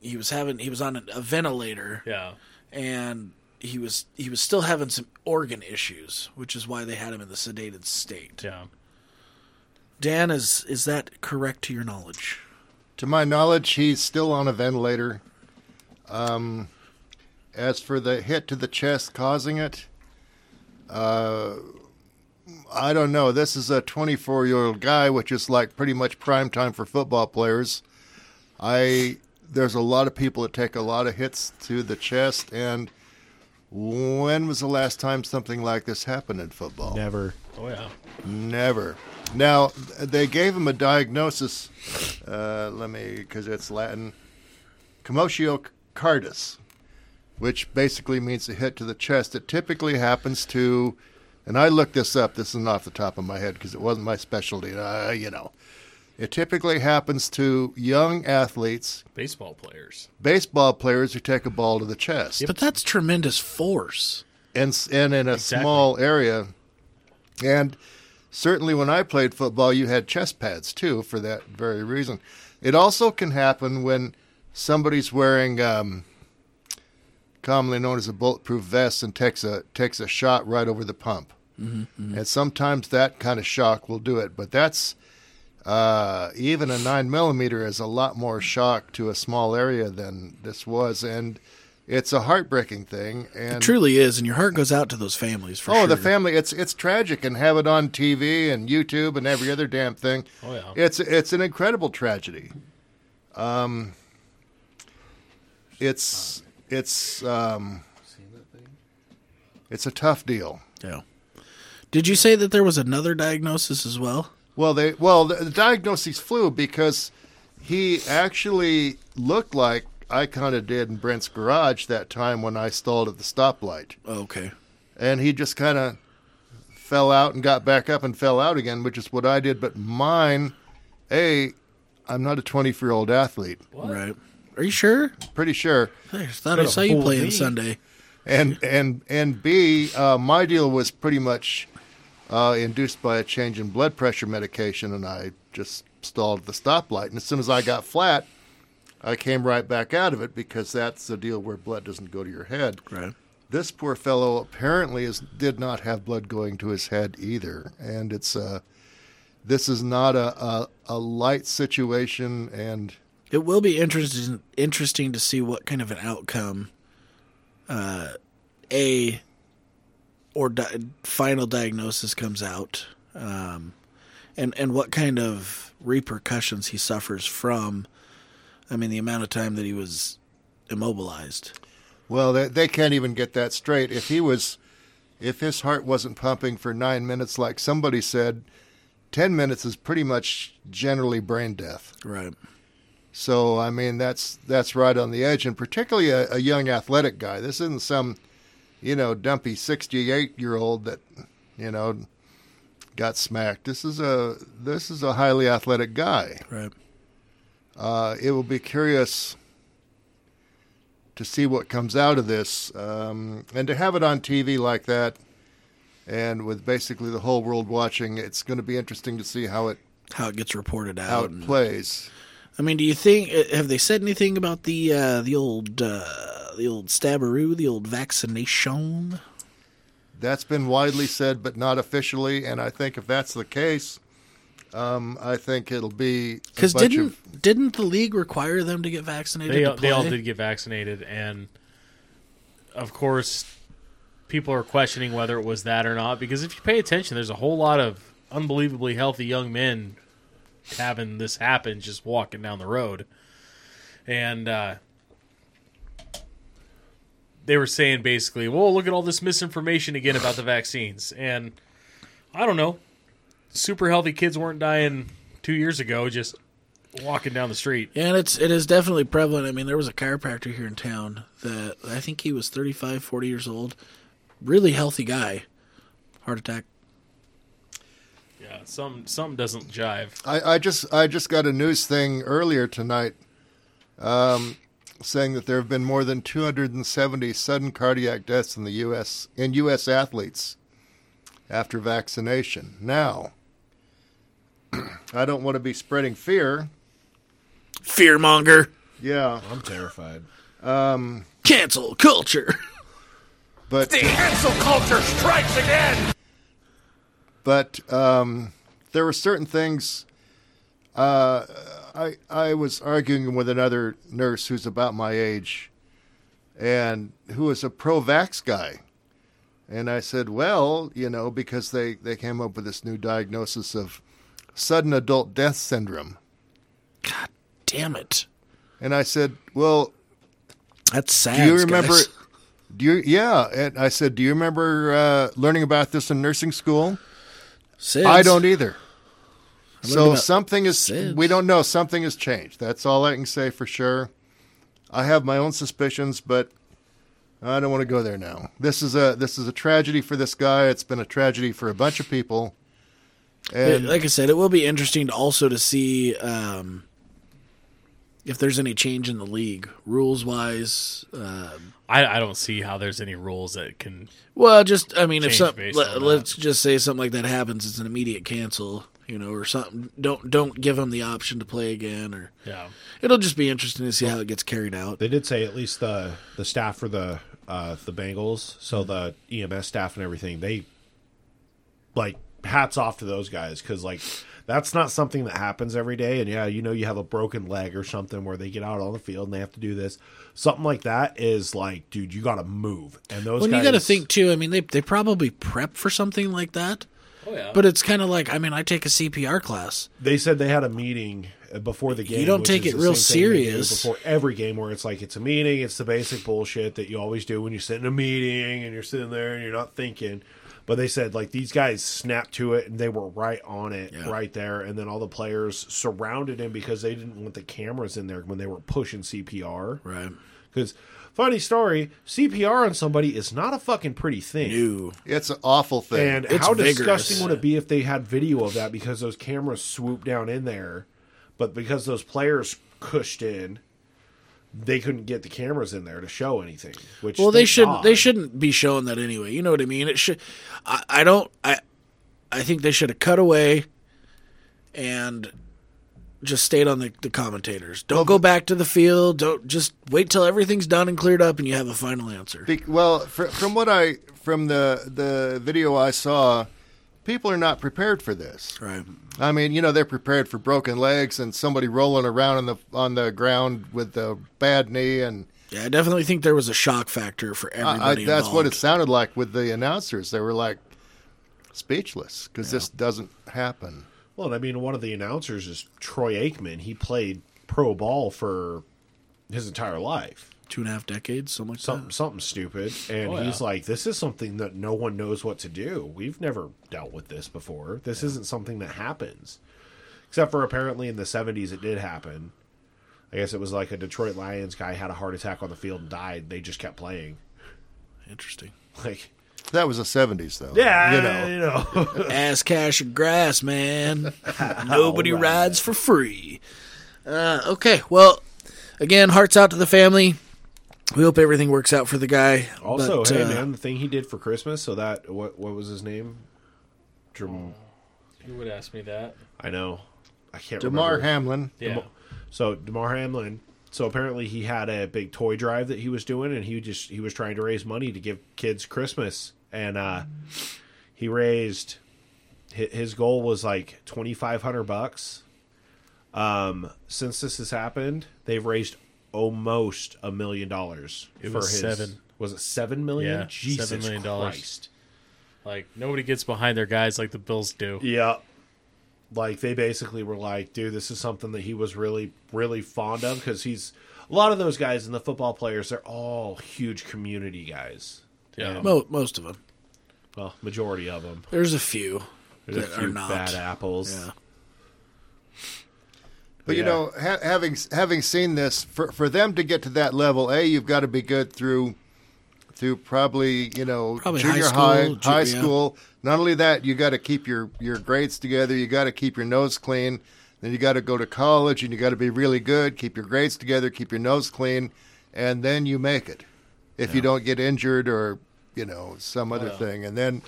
S1: he was having he was on a ventilator,
S3: yeah,
S1: and he was he was still having some organ issues, which is why they had him in the sedated state.
S3: yeah.
S1: Dan, is is that correct to your knowledge?
S4: To my knowledge, he's still on a ventilator. Um, as for the hit to the chest causing it, uh, I don't know. This is a 24 year old guy, which is like pretty much prime time for football players. I there's a lot of people that take a lot of hits to the chest, and when was the last time something like this happened in football?
S2: Never.
S3: Oh yeah.
S4: Never. Now they gave him a diagnosis. Uh, let me, because it's Latin, commotio cardis, which basically means a hit to the chest. It typically happens to, and I looked this up. This isn't off the top of my head because it wasn't my specialty. Uh, you know, it typically happens to young athletes,
S3: Baseball players.
S4: baseball players who take a ball to the chest
S1: But that's tremendous force.
S4: and s- and in a
S3: Exactly.
S4: small area. And certainly, when I played football, you had chest pads too for that very reason. It also can happen when somebody's wearing, um, commonly known as a bulletproof vest, and takes a takes a shot right over the pump. And sometimes that kind of shock will do it, but that's uh, even a nine millimeter is a lot more shock to a small area than this was, and it's a heartbreaking thing. And
S1: Truly is, and your heart goes out to those families for
S4: oh,
S1: sure.
S4: the family! It's it's tragic, and have it on TV and YouTube and every other damn thing.
S3: Oh, yeah.
S4: it's it's an incredible tragedy. Um, it's it's um, it's a tough deal.
S1: Yeah. Did you say that there was another diagnosis as well?
S4: Well, they well the, the diagnoses flew because he actually looked like I kind of did in Brent's garage that time when I stalled at the stoplight.
S1: Oh, Okay.
S4: and he just kind of fell out and got back up and fell out again, which is what I did. But mine, A, I'm not a 24 year old athlete.
S1: Right. Are you sure?
S4: Pretty sure.
S1: I just thought I saw you
S2: fool
S1: playing
S2: me.
S1: Sunday.
S4: and and and B, uh, my deal was pretty much uh, induced by a change in blood pressure medication, and I just stalled at the stoplight. And as soon as I got flat, I came right back out of it because that's the deal where blood doesn't go to your head.
S1: Right.
S4: This poor fellow apparently is did not have blood going to his head either, and it's uh, this is not a, a a light situation, and
S1: It will be interesting interesting to see what kind of an outcome uh, a or di- final diagnosis comes out, um, and and what kind of repercussions he suffers from. I mean, the amount of time that he was immobilized.
S4: Well, they, they can't even get that straight. If he was, if his heart wasn't pumping for nine minutes, like somebody said, ten minutes is pretty much generally brain death.
S1: Right.
S4: So I mean, that's that's right on the edge, and particularly a, a young athletic guy. This isn't some, you know, dumpy sixty-eight-year-old that, you know, got smacked. This is a this is a highly athletic guy.
S1: Right.
S4: Uh, it will be curious to see what comes out of this, um, and to have it on TV like that, and with basically the whole world watching, it's going to be interesting to see how it
S1: How it gets reported out.
S4: how it
S1: and-
S4: plays.
S1: I mean, do you think uh, have they said anything about the uh, the old uh, the old stabberoo, the old vaccination?
S4: That's been widely said, but not officially. And I think if that's the case, um, I think it'll be a
S1: Because
S4: bunch
S1: didn't
S4: of-
S1: didn't the league require them to get vaccinated?
S3: They
S1: to
S3: all- they all
S1: play?
S3: did get vaccinated, and of course, people are questioning whether it was that or not. Because if you pay attention, there's a whole lot of unbelievably healthy young men having this happen just walking down the road, and uh, they were saying basically, "Well, look at all this misinformation again about the vaccines," and I don't know. Super healthy kids weren't dying two years ago just walking down the street.
S1: Yeah, and it's it is definitely prevalent. I mean, there was a chiropractor here in town that I think he was 35, 40 years old, really healthy guy, heart attack.
S3: Yeah, some some doesn't jive.
S4: I, I just I just got a news thing earlier tonight, um, saying that there have been more than 270 sudden cardiac deaths in the U.S. in U.S. athletes after vaccination. Now, I don't want to be spreading fear.
S1: Fearmonger,
S4: Yeah,
S2: I'm terrified.
S1: cancel culture.
S4: but
S5: cancel culture strikes again!
S4: but um, there were certain things. Uh, I I was arguing with another nurse who's about my age, and who was a pro-vax guy, and I said, well, you know, because they they came up with this new diagnosis of sudden adult death syndrome,
S1: Damn it,
S4: and I said, well,
S1: that's sad.
S4: do you remember? Do you yeah? And I said, do you remember uh, learning about this in nursing school? I don't either. So
S1: about
S4: something is
S1: SIDS.
S4: we don't know. Something has changed. That's all I can say for sure. I have my own suspicions, but I don't want to go there now. This is a this is a tragedy for this guy. It's been a tragedy for a bunch of people. And
S1: like I said, it will be interesting to also to see um, if there's any change in the league rules wise. Uh,
S3: I, I don't see how there's any rules that can.
S1: well, just I mean, if
S3: Change
S1: some
S3: based
S1: let,
S3: on
S1: let's just say something like that happens, it's an immediate cancel, you know, or something. Don't don't give them the option to play again, or
S3: Yeah,
S1: it'll just be interesting to see how it gets carried out.
S2: They did say at least the the staff for the uh, the Bengals, so
S1: Mm-hmm.
S2: the EMS staff and everything, they like hats off to those guys because like that's not something that happens every day. And yeah, you know you have a broken leg or something where they get out on the field and they have to do this. Something like that is like, dude, you got to move. And those
S1: Well,
S2: guys,
S1: you got to think too. I mean, they they probably prep for something like that.
S3: oh yeah.
S1: But it's kind of like I mean, I take a CPR class.
S2: They said they had a meeting before the game.
S1: don't
S2: which
S1: take
S2: is
S1: it
S2: the
S1: real
S2: same thing they do
S1: serious.
S2: before every game, where it's like it's a meeting. It's the basic bullshit that you always do when you sit in a meeting and you're sitting there and you're not thinking. But they said like these guys snapped to it and they were right on it, right there. And then all the players surrounded him because they didn't want the cameras in there when they were pushing CPR
S1: Right.
S2: because Funny story CPR on somebody is not a fucking pretty thing.
S1: Ew.
S4: It's an awful thing.
S2: And
S1: It's
S2: how
S1: vigorous.
S2: disgusting would it be if they had video of that because those cameras swooped down in there, but because those players cushed in, they couldn't get the cameras in there to show anything. Which
S1: Well, they
S2: thank
S1: should
S2: God.
S1: they shouldn't be showing that anyway. You know what I mean? It should. I, I don't. I I think they should have cut away and just stayed on the, the commentators. Don't go back to the field. Don't just wait till everything's done and cleared up, and you have a final answer.
S4: Be- well, fr- from what I from the the video I saw, people are not prepared for this.
S1: right.
S4: I mean, you know, they're prepared for broken legs and somebody rolling around on the on the ground with a bad knee, and
S1: Yeah, I definitely think there was a shock factor for everybody.
S4: I, that's what it
S1: involved.
S4: sounded like with the announcers. They were like speechless because this doesn't happen.
S2: Well, and I mean, one of the announcers is Troy Aikman. He played pro ball for his entire life.
S1: two and a half decades, something like
S2: Something, something stupid, and
S3: Oh,
S2: he's
S3: yeah.
S2: like, "This is something that no one knows what to do. We've never dealt with this before. This isn't something that happens, except for apparently in the '70s it did happen. I guess it was like a Detroit Lions guy had a heart attack on the field and died. They just kept playing.
S1: that. Interesting.
S2: Like,
S4: That was the seventies, though.
S2: yeah, you know,
S1: Ass cash and grass, man. Nobody
S2: Alright.
S1: rides for free. Uh, okay, well, again, hearts out to the family. We hope everything works out for the guy.
S2: Also,
S1: but,
S2: hey
S1: uh,
S2: man, the thing he did for Christmas. So that what what was his name? Dram-
S3: You would ask me that.
S2: I know. I can't
S4: Damar
S2: remember.
S4: Hamlin.
S3: Yeah.
S2: so Damar Hamlin. So apparently he had a big toy drive that he was doing, and he just he was trying to raise money to give kids Christmas, and uh, he raised. hi- His goal was like twenty five hundred bucks. Um, since this has happened, they've raised almost a million dollars
S3: It was seven.
S2: Was it seven million?
S3: Oh, Yeah,
S2: Jesus
S3: seven million dollars.
S2: Christ!
S3: Like nobody gets behind their guys like the Bills do.
S2: Yeah. Like they basically were like, dude, this is something that he was really, really fond of because he's a lot of those guys in the football players. They're all huge community guys.
S3: Yeah.
S1: mo- most of them.
S2: Well, majority of them.
S1: There's a few
S2: There's
S1: that
S2: a few
S1: are not.
S2: bad apples.
S1: Yeah.
S4: But you
S2: Yeah.
S4: know, ha- having having seen this, for for them to get to that level, a you've got to be good through through probably you know
S1: Probably high
S4: junior
S1: school,
S4: high
S1: ju-
S4: high
S1: yeah.
S4: school. Not only that, you got to keep your your grades together. You got to keep your nose clean. Then you got to go to college, and you got to be really good. Keep your grades together. Keep your nose clean, and then you make it. If you don't get injured or you know some other thing, and then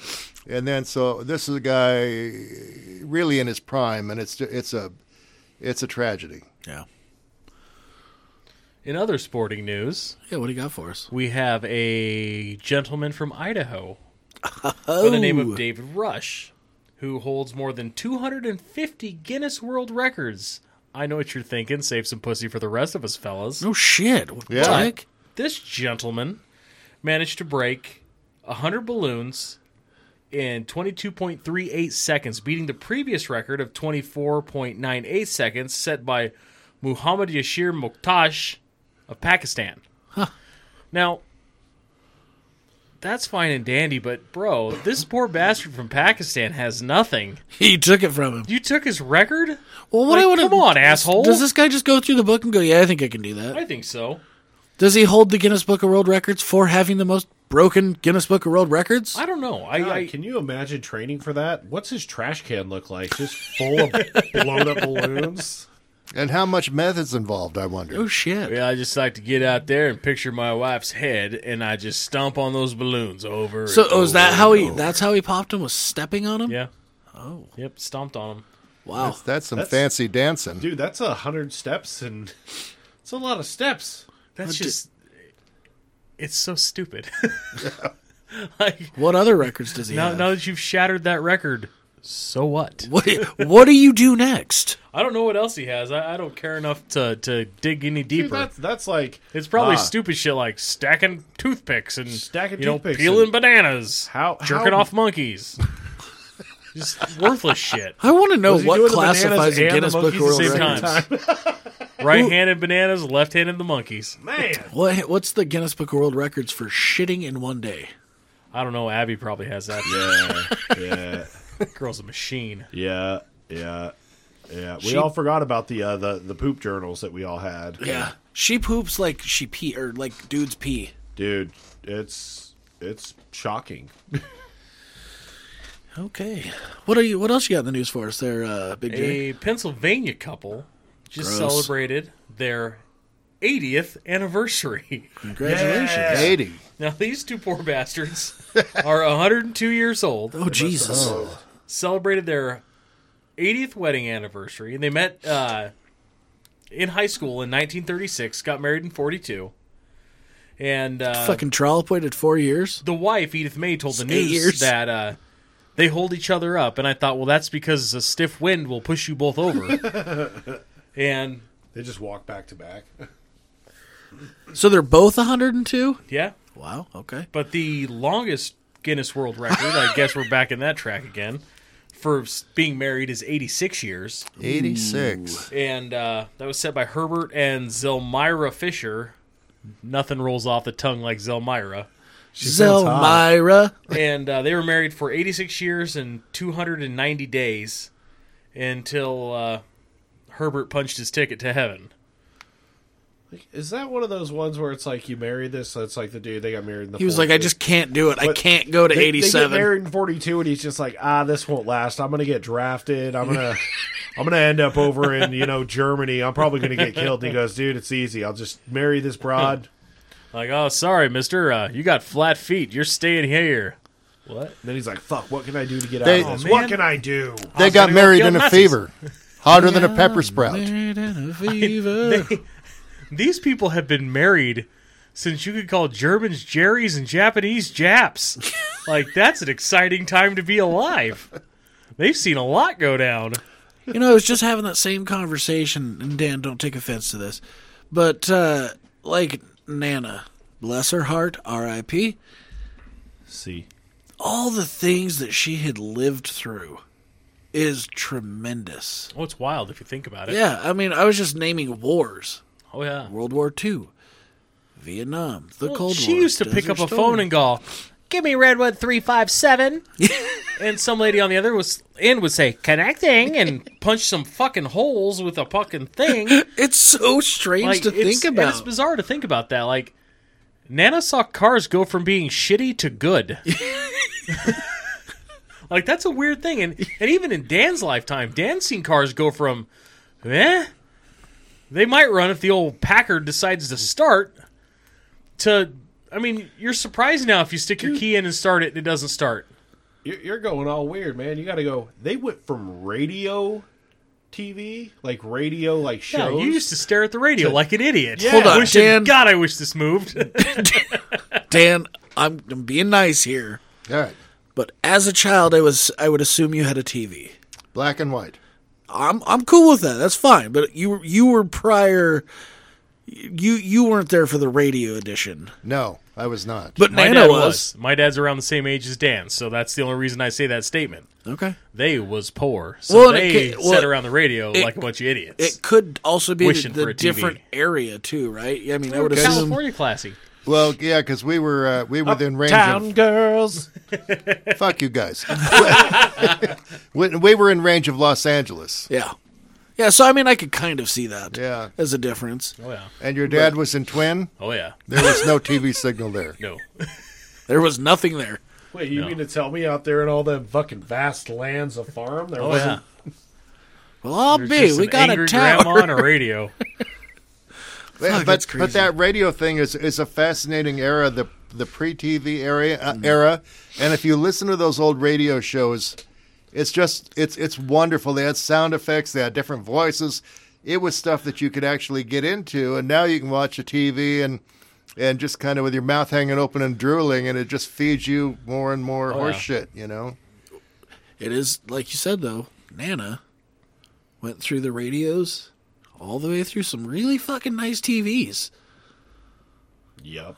S4: and then so this is a guy really in his prime, and it's it's a it's a tragedy.
S1: Yeah.
S3: In other sporting news,
S1: Yeah, what do you got for us?
S3: we have a gentleman from Idaho by the name
S1: Oh.
S3: of David Rush, who holds more than 250 Guinness World Records. I know what you're thinking. Save some pussy for the rest of us, fellas.
S1: No Oh, shit. What the
S4: Yeah.
S1: heck?
S3: This gentleman managed to break 100 balloons in 22.38 seconds, beating the previous record of 24.98 seconds set by Muhammad Yashir Moktash of Pakistan. Now, that's fine and dandy, but bro, this poor bastard from Pakistan has nothing.
S1: He took it from him.
S3: You took his record?
S1: Well, what I
S3: Like,
S1: want to
S3: come on, asshole.
S1: Does this guy just go through the book and go, "Yeah, I think I can do that"?
S3: I think so.
S1: Does he hold the Guinness Book of World Records for having the most broken Guinness Book of World Records?
S3: I don't know. I,
S2: God,
S3: I
S2: can you imagine training for that? What's his trash can look like? Just full of blown up balloons.
S4: And how much meth is involved, I wonder.
S1: Oh shit.
S3: Yeah, I just like to get out there and picture my wife's head, and I just stomp on those balloons over.
S1: So
S3: and
S1: oh, is that
S3: over
S1: how
S3: and
S1: he?
S3: over.
S1: That's how he popped him was stepping on him.
S3: Yeah. Oh. Yep. Stomped on them.
S1: Wow.
S4: That's some
S2: That's-
S4: fancy dancing.
S2: Dude, that's a hundred steps, and it's a lot of steps.
S3: That's just. It's so stupid. like
S1: what other records does he
S3: now,
S1: have?
S3: now that you've shattered that record, so what?
S1: What What do you do next?
S3: I don't know what else he has. I, I don't care enough to to dig any
S2: Dude,
S3: deeper.
S2: that's that's like
S3: it's probably
S2: Ah.
S3: stupid shit like stacking toothpicks and
S2: Stacking
S3: you know
S2: toothpicks
S3: peeling
S2: and-
S3: bananas,
S2: How-
S3: jerking
S2: how-
S3: off monkeys, just worthless shit.
S1: I want to know
S2: Was he
S1: what
S2: doing the
S1: classifies
S2: bananas
S1: a
S2: and the
S1: Guinness Book
S2: monkeys
S1: of
S2: at the
S1: World
S2: same
S1: Records.
S2: time?
S3: Right-handed bananas, left-handed the monkeys.
S2: Man,
S1: What What's the Guinness Book of World Records for shitting in one day?
S3: I don't know. Abby probably has that.
S2: yeah, yeah.
S3: Girl's a machine.
S2: Yeah, yeah, yeah. We
S3: She-
S2: all forgot about the uh, the the poop journals that we all had.
S1: Yeah. She poops like she pee or like dudes pee.
S2: dude. It's it's shocking.
S1: Okay. What are you? What else you got in the news for us there, uh, Big J?
S3: A Pennsylvania couple just
S1: Gross.
S3: celebrated their 80th anniversary.
S1: Congratulations.
S2: Yeah.
S4: Eighty.
S3: Now, these two poor bastards are 102 years old,
S1: Oh Jesus.
S3: celebrated their 80th wedding anniversary, and they met uh, in high school in 1936, got married in 42. And uh,
S1: Fucking trial waited four years.
S3: the wife, Edith May, told the
S1: Eight
S3: news
S1: years.
S3: that uh, they hold each other up. And I thought, well, that's because a stiff wind will push you both over. and
S2: They just walk back to back.
S1: So they're both 102.
S3: yeah,
S1: Wow. Okay.
S3: But the longest Guinness World Record, I guess we're back in that track again, for s- being married is 86 years.
S4: Eighty-six.
S3: And uh, that was set by Herbert and Zelmira Fisher. Nothing rolls off the tongue like Zelmira.
S1: Zelmira.
S3: And uh, they were married for 86 years and 290 days until uh, Herbert punched his ticket to heaven.
S2: Is that one of those ones where it's like you marry this? So it's like the dude they got married in the.
S1: He was like, I
S2: 40s.
S1: just can't do it. I
S2: But
S1: can't go to
S2: They- They get
S1: 87.
S2: married in 42, and he's just like, ah, this won't last. I'm gonna get drafted. I'm gonna, I'm gonna end up over in you know Germany. I'm probably gonna get killed. And he goes, dude, it's easy. I'll just marry this broad.
S3: Like, oh, sorry, mister. Uh, you got flat feet. You're staying here. What?
S2: And then he's like, fuck, what can I do to get out
S4: They-
S2: of this?
S3: Oh, man.
S2: What can I do?
S4: They
S3: was
S4: got
S3: gonna go
S4: married
S3: kill
S4: in a
S3: Nazis.
S4: fever, hotter than a pepper sprout.
S1: Married in a fever.
S3: These people have been married since you could call Germans Jerry's and Japanese Japs. like that's an exciting time to be alive. They've seen a lot go down.
S1: You know, I was just having that same conversation, and Dan, don't take offense to this, but uh, like Nana, bless her heart, R.I.P.
S2: See,
S1: All the things that she had lived through is tremendous.
S3: Oh, it's wild if you think about it.
S1: Yeah, I mean, I was just naming wars:
S3: Oh yeah.
S1: World War II, Vietnam, the
S3: Well,
S1: Cold
S3: she
S1: War.
S3: used to pick
S1: Desert
S3: up a
S1: Storm.
S3: phone and go, "Give me redwood three five seven. and some lady on the other was end would say connecting and punch some fucking holes with a fucking thing.
S1: It's so strange to
S3: it's-
S1: think
S3: and It's
S1: about.
S3: bizarre to think about that. Like Nana saw cars go from being shitty to good. like that's a weird thing. And and even in Dan's lifetime, Dan's seen cars go from eh they might run if the old Packard decides to start to I mean, you're surprised now if you stick your key in and start it and it doesn't start.
S2: you're, you're going all weird, man. You got to go. They went from radio, TV, like radio, like
S3: Yeah,
S2: shows.
S3: you used to stare at the radio like an idiot.
S1: Hold on,
S3: Wish to
S1: Dan.
S3: God, I wish this moved.
S1: Dan, I'm, I'm being nice here,
S4: All right,
S1: but as a child, I was I would assume you had a TV.
S4: black and white.
S1: I'm I'm cool with that. That's fine. But you were- you were prior. You you weren't there for the radio edition,
S4: No, I was not.
S1: but
S3: My
S1: Nana
S3: dad
S1: was.
S3: was. My dad's around the same age as Dan, so that's the only reason I say that statement.
S1: Okay.
S3: They was poor, so
S1: Well, and it
S3: they
S1: ca-
S3: sat
S1: well,
S3: around the radio
S1: it-
S3: like a bunch of idiots.
S1: It could also be the,
S3: Wishing
S1: the
S3: for a TV.
S1: different area too, right? I mean, I would assume.
S3: California classy.
S4: well, yeah, because we were uh, we were within range
S2: Town
S4: of
S2: girls.
S4: fuck you guys. we, we were in range of Los Angeles,
S1: Yeah. Yeah. So I mean, I could kind of see that.
S4: Yeah.
S1: As a difference,
S3: Oh yeah,
S4: and your dad was in Twin.
S3: oh yeah.
S4: There was no TV signal there.
S3: No,
S1: there was nothing there.
S2: Wait, you mean to tell me out there in all the fucking vast lands of farm there
S3: oh yeah.
S2: wasn't?
S1: Well, I'll
S3: There's
S1: be.
S3: just
S1: We
S3: an
S1: got
S3: angry
S1: a tower.
S3: grandma on a radio.
S4: Yeah, but
S1: that's crazy.
S4: but that radio thing is is a fascinating era the the pre TV era uh, era, and if you listen to those old radio shows, it's just it's it's wonderful. They had sound effects, they had different voices. It was stuff that you could actually get into, and now you can watch a TV and and just kind of with your mouth hanging open and drooling, and it just feeds you more and more horse shit. You know,
S1: It is like you said though. Nana went through the radios all the way through some really fucking nice TVs.
S2: Yep.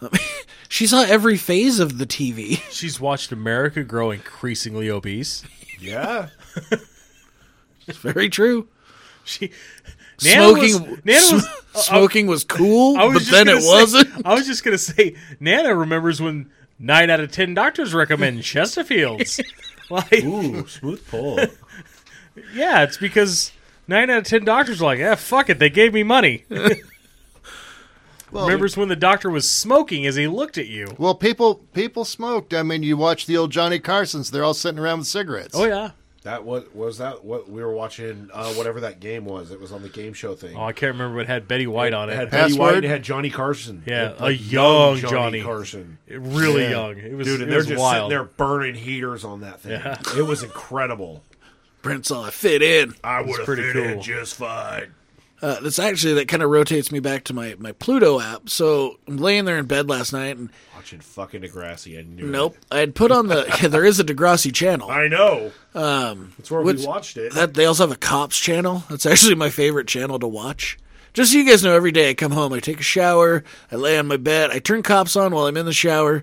S1: She saw every phase of the TV.
S3: She's watched America grow increasingly obese.
S2: Yeah.
S1: It's very true.
S3: She Nana was-
S1: smoking
S3: Nana
S1: sm-
S3: was-
S1: smoking was cool,
S3: I was
S1: but
S3: just
S1: then
S3: gonna
S1: it
S3: say-
S1: wasn't.
S3: I was just gonna say Nana remembers when nine out of ten doctors recommend Chesterfields. like,
S2: Ooh, smooth pull.
S3: yeah, "Eh, it's because nine out of ten doctors are like, yeah, fuck it, they gave me money.
S4: Well,
S3: Remembers when the doctor was smoking as he looked at you.
S4: Well, people people smoked. I mean, you watch the old Johnny Carson's; they're all sitting around with cigarettes.
S3: Oh yeah.
S2: That what was that? What we were watching? Uh, whatever that game was, it was on the game show thing.
S3: Oh, I can't remember what had Betty White on
S2: it
S3: it.
S2: had Betty White.
S4: Password?
S2: It had Johnny Carson.
S3: Yeah,
S2: It-
S3: a
S2: like,
S3: young Johnny.
S2: Carson.
S3: It- really young. It was
S2: Dude,
S3: it
S2: and they're
S3: was
S2: just
S3: wild.
S2: sitting there burning heaters on that thing.
S3: Yeah.
S2: It was incredible.
S1: Brent's all I fit in.
S2: I would
S3: pretty cool.
S2: just fine.
S1: Uh, that's actually that kind of rotates me back to my my Pluto app. So I'm laying there in bed last night, and
S2: Watching fucking Degrassi, I knew.
S1: nope,
S2: it.
S1: I had put on the. yeah, there is a Degrassi channel.
S2: I know. Um, That's where
S1: which-
S2: we watched it.
S1: That they also have a cops channel. That's actually my favorite channel to watch. Just so you guys know, every day I come home, I take a shower, I lay on my bed, I turn cops on while I'm in the shower,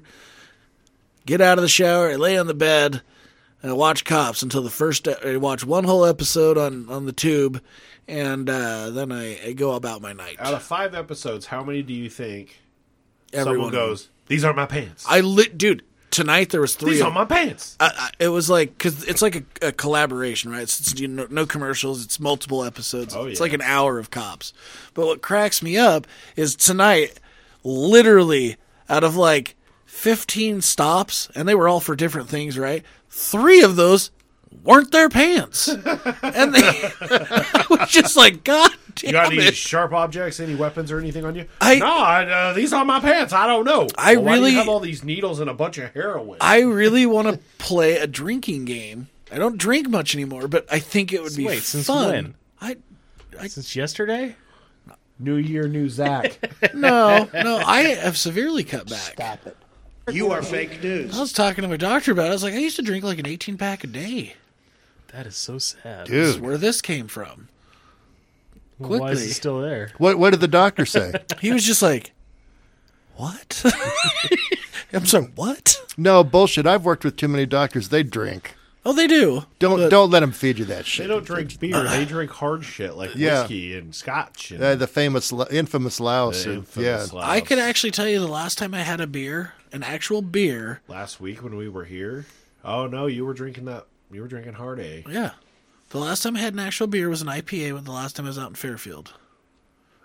S1: get out of the shower, I lay on the bed, and I watch cops until the first. I watch one whole episode on on the tube, and uh, then I, I go about my night.
S2: Out of five episodes, how many do you think
S1: Everyone
S2: someone goes? These aren't my pants.
S1: I lit, dude. Tonight there was three.
S2: These
S1: of
S2: aren't my pants.
S1: I, I, it was like because it's like a, a collaboration, right? It's, it's, you know, no commercials. It's multiple episodes.
S2: Oh,
S1: It's
S2: yeah.
S1: like an hour of cops. But what cracks me up is tonight, literally out of like fifteen stops, and they were all for different things, right? Three of those weren't their pants, and they I was just like, God damn
S2: You got any
S1: it.
S2: sharp objects, any weapons, or anything on you?
S1: I-
S2: no, I, uh, these are my pants. I don't know.
S1: I
S2: Well, why do
S1: really-
S2: you have all these needles and a bunch of heroin.
S1: I really want to play a drinking game. I don't drink much anymore, but I think it would be
S3: Wait, since
S1: fun.
S3: when?
S1: I
S3: Since yesterday?
S2: new year, new Zach.
S1: no, no, I have severely cut back.
S6: You are fake news.
S1: I was talking to my doctor about it. I was like, I used to drink like an 18 pack a day.
S3: That is so sad.
S1: That's
S4: dude.
S1: where this came from.
S3: Why is
S1: quickly.
S3: it still there?
S4: What what did the doctor say?
S1: He was just like, What? I'm sorry, what?
S4: no bullshit. I've worked with too many doctors. They drink.
S1: Oh, they do.
S4: Don't don't let them feed you that
S2: they
S4: shit.
S2: don't drink
S1: Uh,
S2: beer. They drink hard shit like
S4: Yeah.
S2: whiskey and scotch. And
S4: Uh, the famous, lo- infamous Laos.
S2: the
S4: uh, yeah,
S2: infamous
S1: I could
S2: Laos.
S1: actually tell you the last time I had a beer, an actual beer.
S2: last week when we were here. Oh no, you were drinking that. You were drinking hard A.
S1: Yeah. The last time I had an actual beer was an IPA when the last time I was out in Fairfield,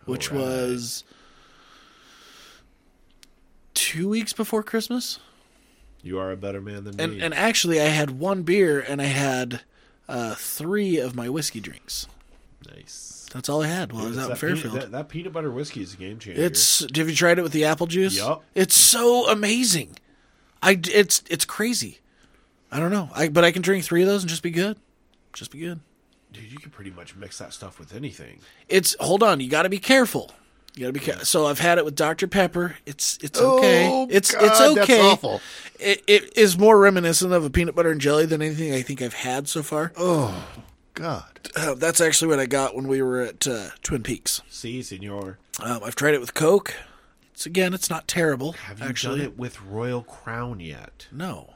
S1: which
S2: Alright.
S1: was two weeks before Christmas.
S2: You are a better man than
S1: and
S2: me.
S1: and actually I had one beer and I had uh, three of my whiskey drinks.
S2: nice.
S1: That's all I had while I was
S2: That
S1: out in
S2: peanut-
S1: Fairfield.
S2: that, that peanut butter whiskey is a game changer.
S1: it's have you tried it with the apple juice?
S2: Yup.
S1: It's so amazing. I d- it's it's crazy. I don't know. I but I can drink three of those and just be good. Just be good.
S2: dude. You can pretty much mix that stuff with anything.
S1: It's hold on, you got to be careful. You got to be careful. So I've had it with Dr Pepper. It's it's okay.
S4: Oh,
S1: it's
S4: God,
S1: it's okay.
S4: that's awful.
S1: It, it is more reminiscent of a peanut butter and jelly than anything I think I've had so far.
S4: God.
S1: Uh, that's actually what I got when we were at uh, Twin Peaks.
S2: See, senor.
S1: Um, I've tried it with Coke. It's again, it's not terrible.
S2: Have you
S1: actually,
S2: done it with Royal Crown yet?
S1: no.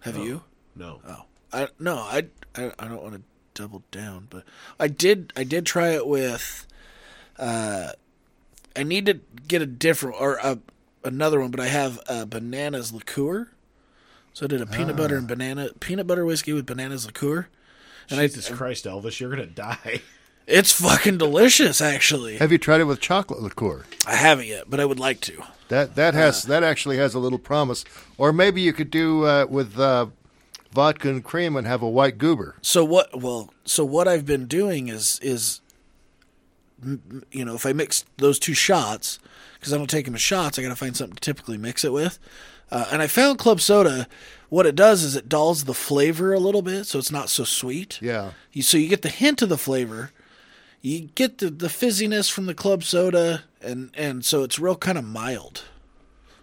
S1: Have you?
S2: No.
S1: Oh, I no. I I, I don't want to double down, but I did. I did try it with. Uh, I need to get a different or a, another one, but I have a bananas liqueur. So I did a peanut butter
S2: Ah.
S1: and banana peanut butter whiskey with bananas liqueur. And I,
S2: Jesus Christ, Elvis, you're gonna die.
S1: it's fucking delicious, actually.
S4: Have you tried it with chocolate liqueur?
S1: I haven't yet, but I would like to.
S4: That that
S2: Ah.
S4: has that actually has a little promise. Or maybe you could do uh, with uh, vodka and cream and have a white goober.
S1: So what? Well, so what I've been doing is is m- m- you know if I mix those two shots because I don't take them as shots, I got to find something to typically mix it with. Uh, and I found club soda. What it does is it dulls the flavor a little bit, so it's not so sweet.
S4: Yeah.
S1: You, so you get the hint of the flavor, you get the, the fizziness from the club soda, and and so it's real kind of mild.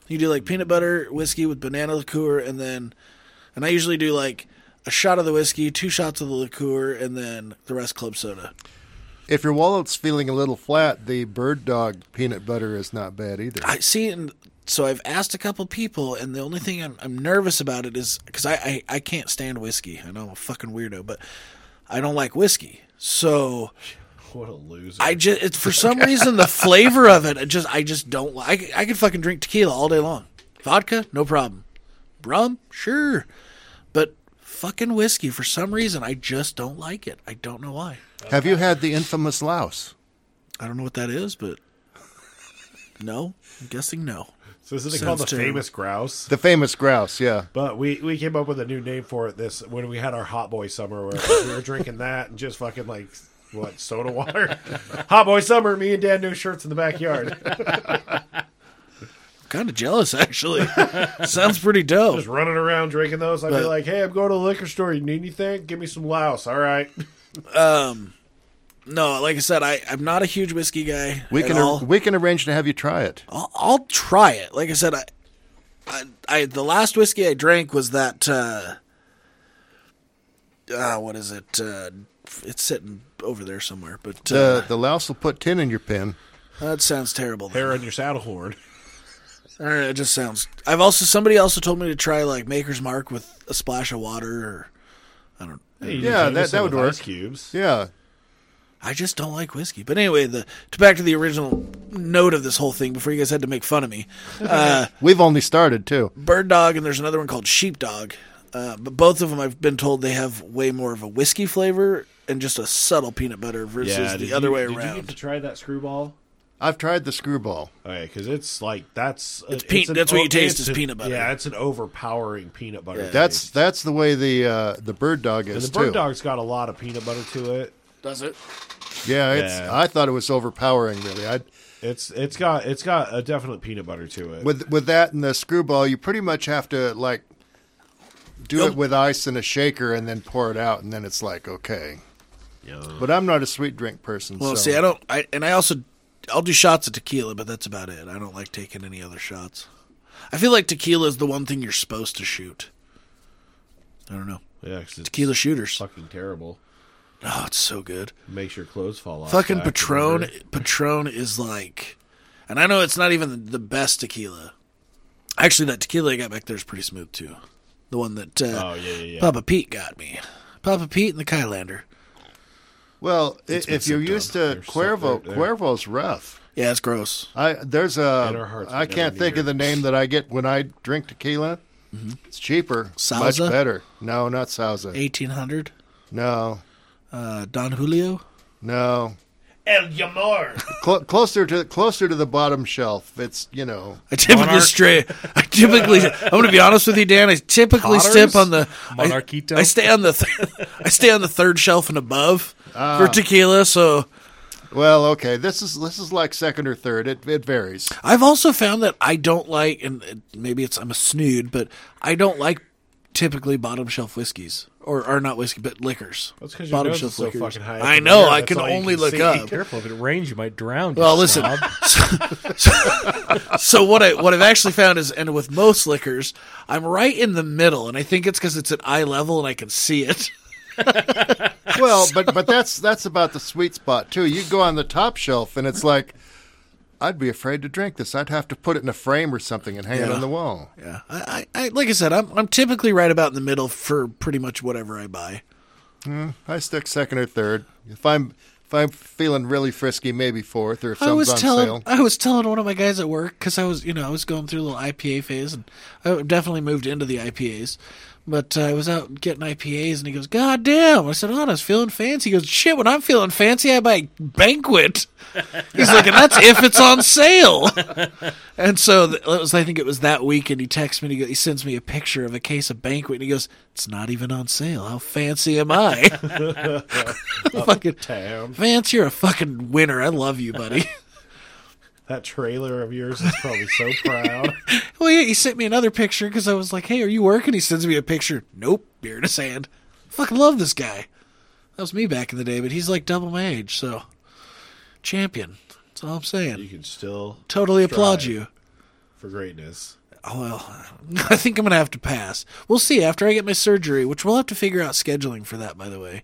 S1: You do like peanut butter whiskey with banana liqueur, and then, and I usually do like a shot of the whiskey, two shots of the liqueur, and then the rest club soda.
S4: If your wallet's feeling a little flat, the bird dog peanut butter is not bad either.
S1: I see, and so I've asked a couple people, and the only thing I'm, I'm nervous about it is because I, I I can't stand whiskey. I know I'm a fucking weirdo, but I don't like whiskey, so.
S2: What a loser.
S1: I just it's, for some reason the flavor of it. I just I just don't like. I, I could fucking drink tequila all day long, vodka, no problem, rum, sure, but fucking whiskey for some reason I just don't like it. I don't know why.
S4: Have you had the infamous louse?
S1: I don't know what that is, but No, I'm guessing no.
S2: So this is called the
S1: Sounds terrible.
S2: famous grouse.
S4: The famous grouse, yeah.
S2: But we, we came up with a new name for it this when we had our hot boy summer where we were drinking that and just fucking like what soda water, hot boy summer. Me and Dan no shirts in the backyard,
S1: Kind of jealous, actually. Sounds pretty dope.
S2: just running around drinking those. I'd be
S1: But-
S2: like, hey, I'm going to the liquor store. You need anything? Give me some louse. All right.
S1: No, like I said, I, I'm not a huge whiskey guy.
S4: We
S1: at
S4: can
S1: all.
S4: we can arrange to have you try it.
S1: I'll, I'll try it. Like I said, I, I, I the last whiskey I drank was that. Uh, uh, what is it? Uh, it's sitting over there somewhere, but uh,
S4: The the louse will put tin in your pin.
S1: that sounds terrible.
S2: Hair on your saddle horn.
S1: I don't know, it just sounds. I've also somebody also told me to try like Maker's Mark with a splash of water. Or, I don't.
S4: Yeah, that- that would work.
S2: Ice cubes.
S4: Yeah.
S1: I just don't like whiskey. But anyway, the to back to the original note of this whole thing before you guys had to make fun of me.
S4: We've only started too.
S1: Bird Dog, and there's another one called Sheepdog. Uh, but both of them, I've been told, they have way more of a whiskey flavor and just a subtle peanut butter versus the
S2: did
S1: other
S2: you-
S1: way
S2: Did you get to
S1: around.
S2: try that screwball?
S4: I've tried the screwball.
S2: Okay, because Oh, it's like that's it's
S1: peanut-
S2: an
S1: that's what you
S2: o-
S1: taste
S2: it's
S1: is
S2: an-
S1: peanut butter.
S2: Yeah, it's an overpowering peanut butter.
S4: That's
S2: taste.
S4: that's the way the uh, the bird dog
S2: and
S4: is
S2: the bird
S4: too.
S2: dog's got a lot of peanut butter to it.
S1: Does it?
S4: Yeah, it's
S2: Yeah.
S4: I thought it was overpowering really. I
S2: It's it's got it's got a definite peanut butter to it.
S4: with with that and the screwball, you pretty much have to like do it with ice in a shaker and then pour it out, and then it's like okay. But I'm not a sweet drink person.
S1: Well,
S4: so.
S1: see, I don't. I and I also, I'll do shots of tequila, but that's about it. I don't like taking any other shots. I feel like tequila is the one thing you're supposed to shoot. I don't know.
S2: yeah, 'cause it's
S1: Tequila shooters.
S2: fucking terrible.
S1: Oh, it's so good.
S2: Makes your clothes fall off.
S1: Fucking
S2: back and
S1: Patron.
S2: hurt.
S1: Patron is like, and I know it's not even the best tequila. Actually, that tequila I got back there is pretty smooth too. The one that uh,
S2: Oh, yeah, yeah, yeah.
S1: Papa Pete got me. Papa Pete and the Kylander.
S4: Well, i
S2: been
S4: if you're
S2: so
S4: used
S2: dumb.
S4: to
S2: They're so-
S4: Cuervo,
S2: they're- they're-
S4: Cuervo's rough.
S1: Yeah, it's gross.
S4: I there's
S2: And our
S4: a
S2: hearts
S4: I
S2: would
S4: can't
S2: never
S4: think
S2: be
S4: of the name that I get when I drink tequila.
S2: Mm-hmm.
S4: It's cheaper, much
S1: Sauza?
S4: better. No, not Sauza.
S1: Eighteen hundred.
S4: No,
S1: Uh, Don Julio.
S4: no.
S5: El Yamor.
S4: Cl- closer to closer to the bottom shelf. It's you know
S1: I typically
S3: Monarch.
S1: stray. I typically. I'm going to be honest with you, Dan. I typically
S2: Potters?
S1: step on the I-
S3: Monarchito?
S1: I, stay on the. Th- I stay on the third shelf and above
S2: Ah.
S1: for tequila. So
S4: Well, okay. This is this is like second or third. It it varies.
S1: I've also found that I don't like, and it- maybe it's I'm a snood, but I don't like typically bottom shelf whiskeys or are not whiskey, but liquors.
S2: That's 'cause your nose is so fucking high up
S1: I
S2: in the
S1: know.
S2: air,
S1: I
S2: that's
S1: can
S2: all you
S1: only
S2: can
S1: look
S2: see.
S1: up.
S3: Careful, if it rains, you might drown.
S1: Well, listen. So, so- so what I what I've actually found is, and with most liquors, I'm right in the middle, and I think it's because it's at eye level and I can see it.
S4: Well, but but that's that's about the sweet spot too. You go on the top shelf, and it's like, I'd be afraid to drink this. I'd have to put it in a frame or something and hang it
S1: Yeah.
S4: on the wall.
S1: Yeah, I, I, I like I said, I'm I'm typically right about in the middle for pretty much whatever I buy.
S4: I stick second or third. If I'm if I'm feeling really frisky, maybe fourth or if
S1: I was
S4: something's on
S1: telling
S4: sale.
S1: I was telling one of my guys at work because I was you know I was going through a little IPA phase and I definitely moved into the IPAs, but uh, I was out getting IPAs and he goes, "God damn!" I said, "Oh, I was feeling fancy." He goes, "Shit, when I'm feeling fancy, I buy banquet." He's like, "And that's if it's on sale." and so th- it was, I think it was that weekend. He texts me. And he, go- he sends me a picture of a case of banquet and he goes, "It's not even on sale. How fancy am I?" fucking
S2: Damn,
S1: Vance, you're a fucking winner. I love you, buddy.
S2: that trailer of yours is probably so proud.
S1: Well, Oh, yeah, he sent me another picture because I was like, "Hey, are you working?" He sends me a picture. Nope, beer in his hand. Fucking love this guy. That was me back in the day, but he's like double my age, so champion. That's all I'm
S2: You
S1: saying.
S2: can still
S1: Totally applaud
S2: strive
S1: you.
S2: for greatness.
S1: Oh, well, I think I'm gonna have to pass. We'll see after I get my surgery, which we'll have to figure out scheduling for that. By the way,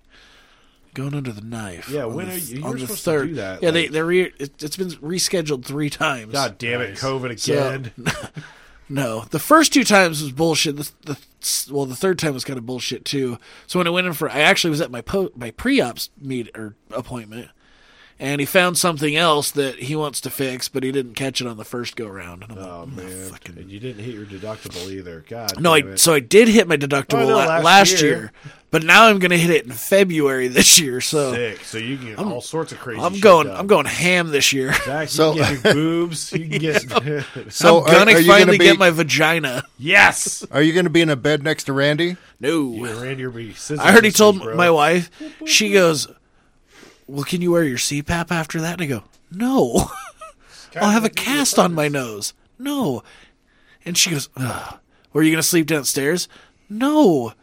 S1: going under the knife.
S2: Yeah,
S1: on
S2: when
S1: the
S2: are
S1: th-
S2: you- you
S1: on
S2: were
S1: the
S2: supposed to do that,
S1: Yeah, they
S2: like-
S1: they re- it, it's been rescheduled three times.
S2: God damn it, COVID again.
S1: No, the first two times was bullshit. The, the well, the third time was kind of bullshit too. So when I went in for, I actually was at my po- my pre-ops meet or er, appointment, and he found something else that he wants to fix, but he didn't catch it on the first go round. And I'm like,
S2: Oh man, and you didn't hit your deductible either. God,
S1: no,
S2: damn
S1: I,
S2: it.
S1: so I did hit my deductible
S2: Oh, no,
S1: la- last,
S2: last
S1: year.
S2: year.
S1: but now I'm going to hit it in February this year. So
S2: sick. So you uh, can get all sorts of crazy.
S1: uh, I'm
S2: shit
S1: going,
S2: done.
S1: I'm going ham this year.
S2: Zach, you
S4: So-
S2: can get your boobs. You can get
S4: So
S1: I'm gonna
S4: are, are you
S1: finally
S4: gonna be,
S1: get my vagina.
S2: yes.
S4: Are you going to be in a bed next to Randy?
S1: No,
S2: You and Randy are be scissors
S1: I already
S2: this
S1: told
S2: week, bro.
S1: my wife. She goes, "Well, can you wear your CPAP after that?" And I go, "No, I'll have a cast on my nose." No, and she goes, Ugh. "Were you going to sleep downstairs?" No,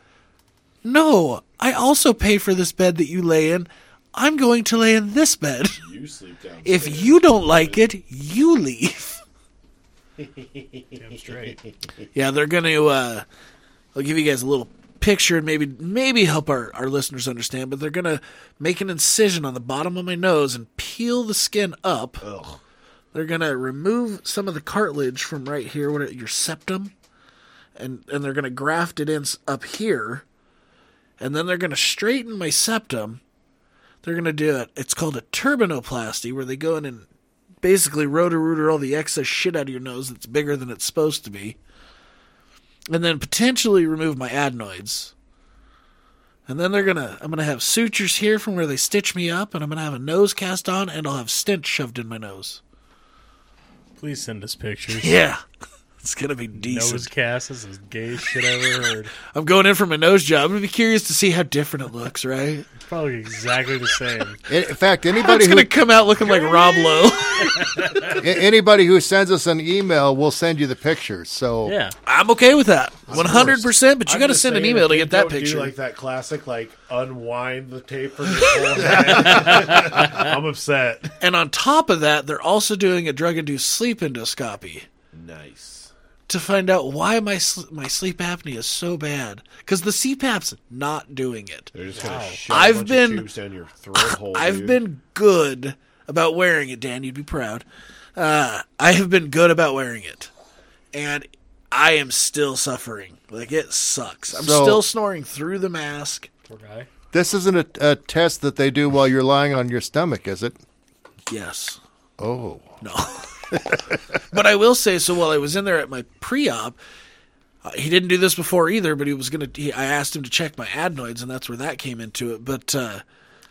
S1: no. I also pay for this bed that you lay in. I'm going to lay in this bed.
S2: You sleep down.
S1: If you don't like it, you leave.
S3: Damn straight.
S1: Yeah, they're going to. Uh, I'll give you guys a little picture and maybe maybe help our, our listeners understand. But they're going to make an incision on the bottom of my nose and peel the skin up.
S2: Ugh.
S1: They're going to remove some of the cartilage from right here, what your septum, and and they're going to graft it in s- up here, and then they're going to straighten my septum. They're going to do it. It's called a turbinoplasty, where they go in and basically roto-rooter all the excess shit out of your nose that's bigger than it's supposed to be and then potentially remove my adenoids. And then they're gonna I'm gonna have sutures here from where they stitch me up, and I'm gonna have a nose cast on, and I'll have stent shoved in my nose.
S3: Please send us pictures.
S1: Yeah. It's gonna be decent.
S3: Nose cast is the gayest shit I ever heard.
S1: I'm going in for my nose job. I'm gonna be curious to see how different it looks, right?
S3: Probably exactly the same.
S4: In, in fact, anybody
S1: It's
S4: who
S1: gonna come out looking like Rob Lowe.
S4: a- anybody who sends us an email will send you the pictures. So
S3: Yeah.
S1: I'm okay with that. One hundred percent, but you
S2: I'm
S1: gotta
S2: just
S1: send an
S2: saying,
S1: email
S2: if
S1: to
S2: they
S1: get that
S2: don't do,
S1: picture.
S2: like that classic, like unwind the tape from your whole head. I'm upset.
S1: and on top of that, they're also doing a drug induced sleep endoscopy.
S2: Nice.
S1: to find out why my sl- my sleep apnea is so bad because the CPAP's not doing it.
S2: They're just gonna shove a
S1: I've
S2: bunch of
S1: been-
S2: tubes down your throat hole.
S1: I've
S2: dude.
S1: been good about wearing it, Dan. You'd be proud. Uh, I have been good about wearing it, and I am still suffering. Like it sucks. I'm
S4: So-
S1: still snoring through the mask.
S3: Poor guy.
S4: this isn't a, a test that they do while you're lying on your stomach, is it?
S1: Yes.
S4: Oh,
S1: No. but I will say so while I was in there at my pre-op, uh, he didn't do this before either, but he was going to I asked him to check my adenoids and that's where that came into it, but uh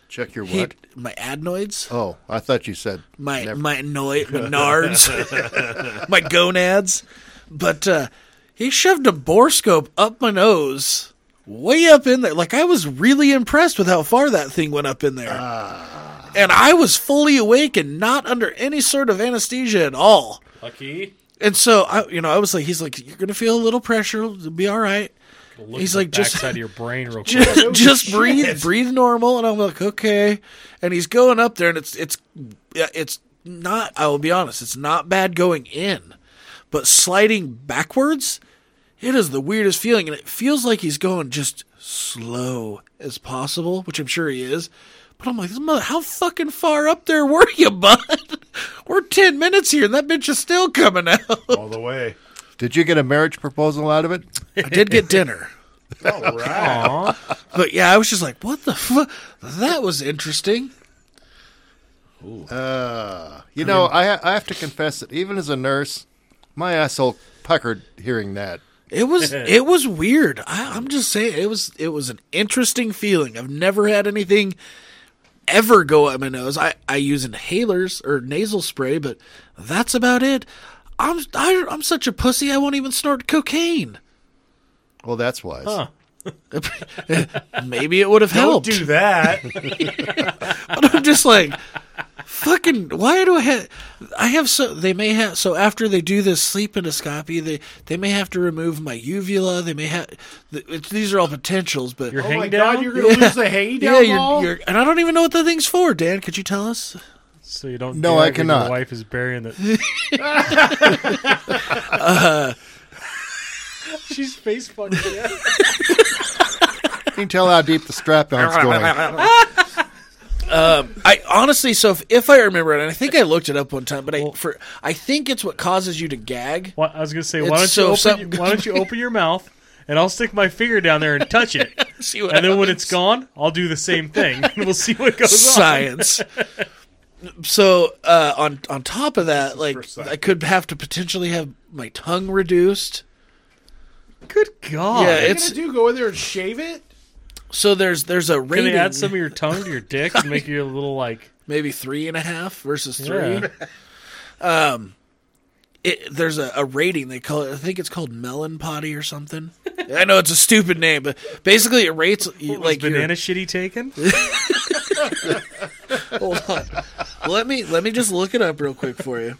S4: check your
S1: he,
S4: what?
S1: my adenoids,
S4: Oh, I thought you said
S1: my
S4: never-
S1: my annoy, my nards, my gonads, but uh he shoved a borescope up my nose. Way up in there, like I was really impressed with how far that thing went up in there, and I was fully awake and not under any sort of anesthesia at all.
S3: Lucky.
S1: And so I, you know, I was like, he's like, you're gonna feel a little pressure. It'll be all right.
S3: Look
S1: He's
S3: at
S1: like,
S3: the
S1: just-
S3: backside of your brain real quick.
S1: Just, just breathe, breathe normal. And I'm like, okay. And he's going up there, and it's it's yeah, it's not. I will be honest, it's not bad going in, but sliding backwards, it is the weirdest feeling, and it feels like he's going just slow as possible, which I'm sure he is. But I'm like, this mother, how fucking far up there were you, bud? We're ten minutes here, and that bitch is still coming out.
S2: all the way.
S4: Did you get a marriage proposal out of it?
S1: I did get dinner.
S2: All right.
S3: Aw.
S1: But yeah, I was just like, what the fuck? That was interesting.
S4: You know, I ha- I have to confess that even as a nurse, my asshole puckered hearing that.
S1: It was it was weird. I, I'm just saying it was it was an interesting feeling. I've never had anything ever go up my nose. I, I use inhalers or nasal spray, but that's about it. I'm I, I'm such a pussy. I won't even snort cocaine.
S4: Well, that's wise.
S3: Huh.
S1: Maybe it would have
S2: Don't
S1: helped.
S2: do that.
S1: I'm just like, fucking. Why do I have? I have so they may have so after they do this sleep endoscopy, they they may have to remove my uvula. They may have. It's, these are all potentials, but
S3: Your
S2: Oh
S3: hang
S2: my
S3: down.
S2: god, you're gonna lose the hang down
S1: yeah, you're,
S2: ball?
S1: you're, and I don't even know what that thing's for. Dan, could you tell us?
S3: So you don't.
S4: No,
S3: do that
S4: I
S3: when
S4: cannot.
S3: Your wife is burying the. She's face fucking.
S4: You can tell how deep the strap on's going.
S1: Um, I honestly, so if, if I remember it, and I think I looked it up one time, but I for I think it's what causes you to gag.
S3: Why- I was gonna say,
S1: It's
S3: why don't
S1: so
S3: you open?
S1: something-
S3: Why don't you open your mouth and I'll stick my finger down there and touch it,
S1: See what
S3: and then when
S1: happens.
S3: it's gone, I'll do the same thing and we'll see what goes on.
S1: science. so uh, on on top of that, like
S2: precise.
S1: I could have to potentially have my tongue reduced.
S3: Good God.
S1: Yeah,
S2: What are you
S1: it's-
S2: gonna do? Go in there and shave it?
S1: So there's there's a
S3: Can
S1: rating,
S3: they add some of your tongue to your dick and make you a little like
S1: maybe three and a half versus three.
S3: yeah.
S1: It, there's a, a rating they call it. I think it's called melon potty or something. I know it's a stupid name, but basically it rates you- like your-
S3: banana shitty taken?
S1: Hold on, let me let me just look it up real quick for you.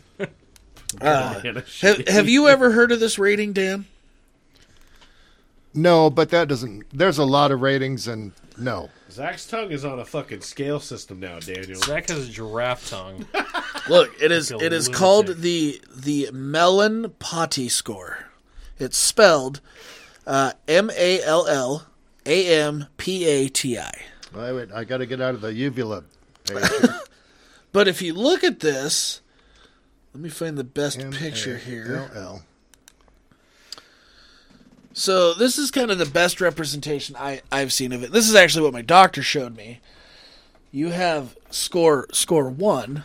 S3: Banana
S1: Have,
S3: shitty.
S1: have you ever heard of this rating, Dan?
S4: No, but that doesn't. There's a lot of ratings, and no.
S2: Zach's tongue is on a fucking scale system now, Daniel.
S3: Zach has a giraffe tongue.
S1: Look, it is
S3: a
S1: it is
S3: lunatic.
S1: called the the Melon Potty score. It's spelled uh, M A L L A M P A T I.
S4: I, would- I got to get out of the uvula. page.
S1: But if you look at this, let me find the best picture here.
S4: LL.
S1: So this is kind of the best representation I, I've seen of it. This is actually what my doctor showed me. You have score score one,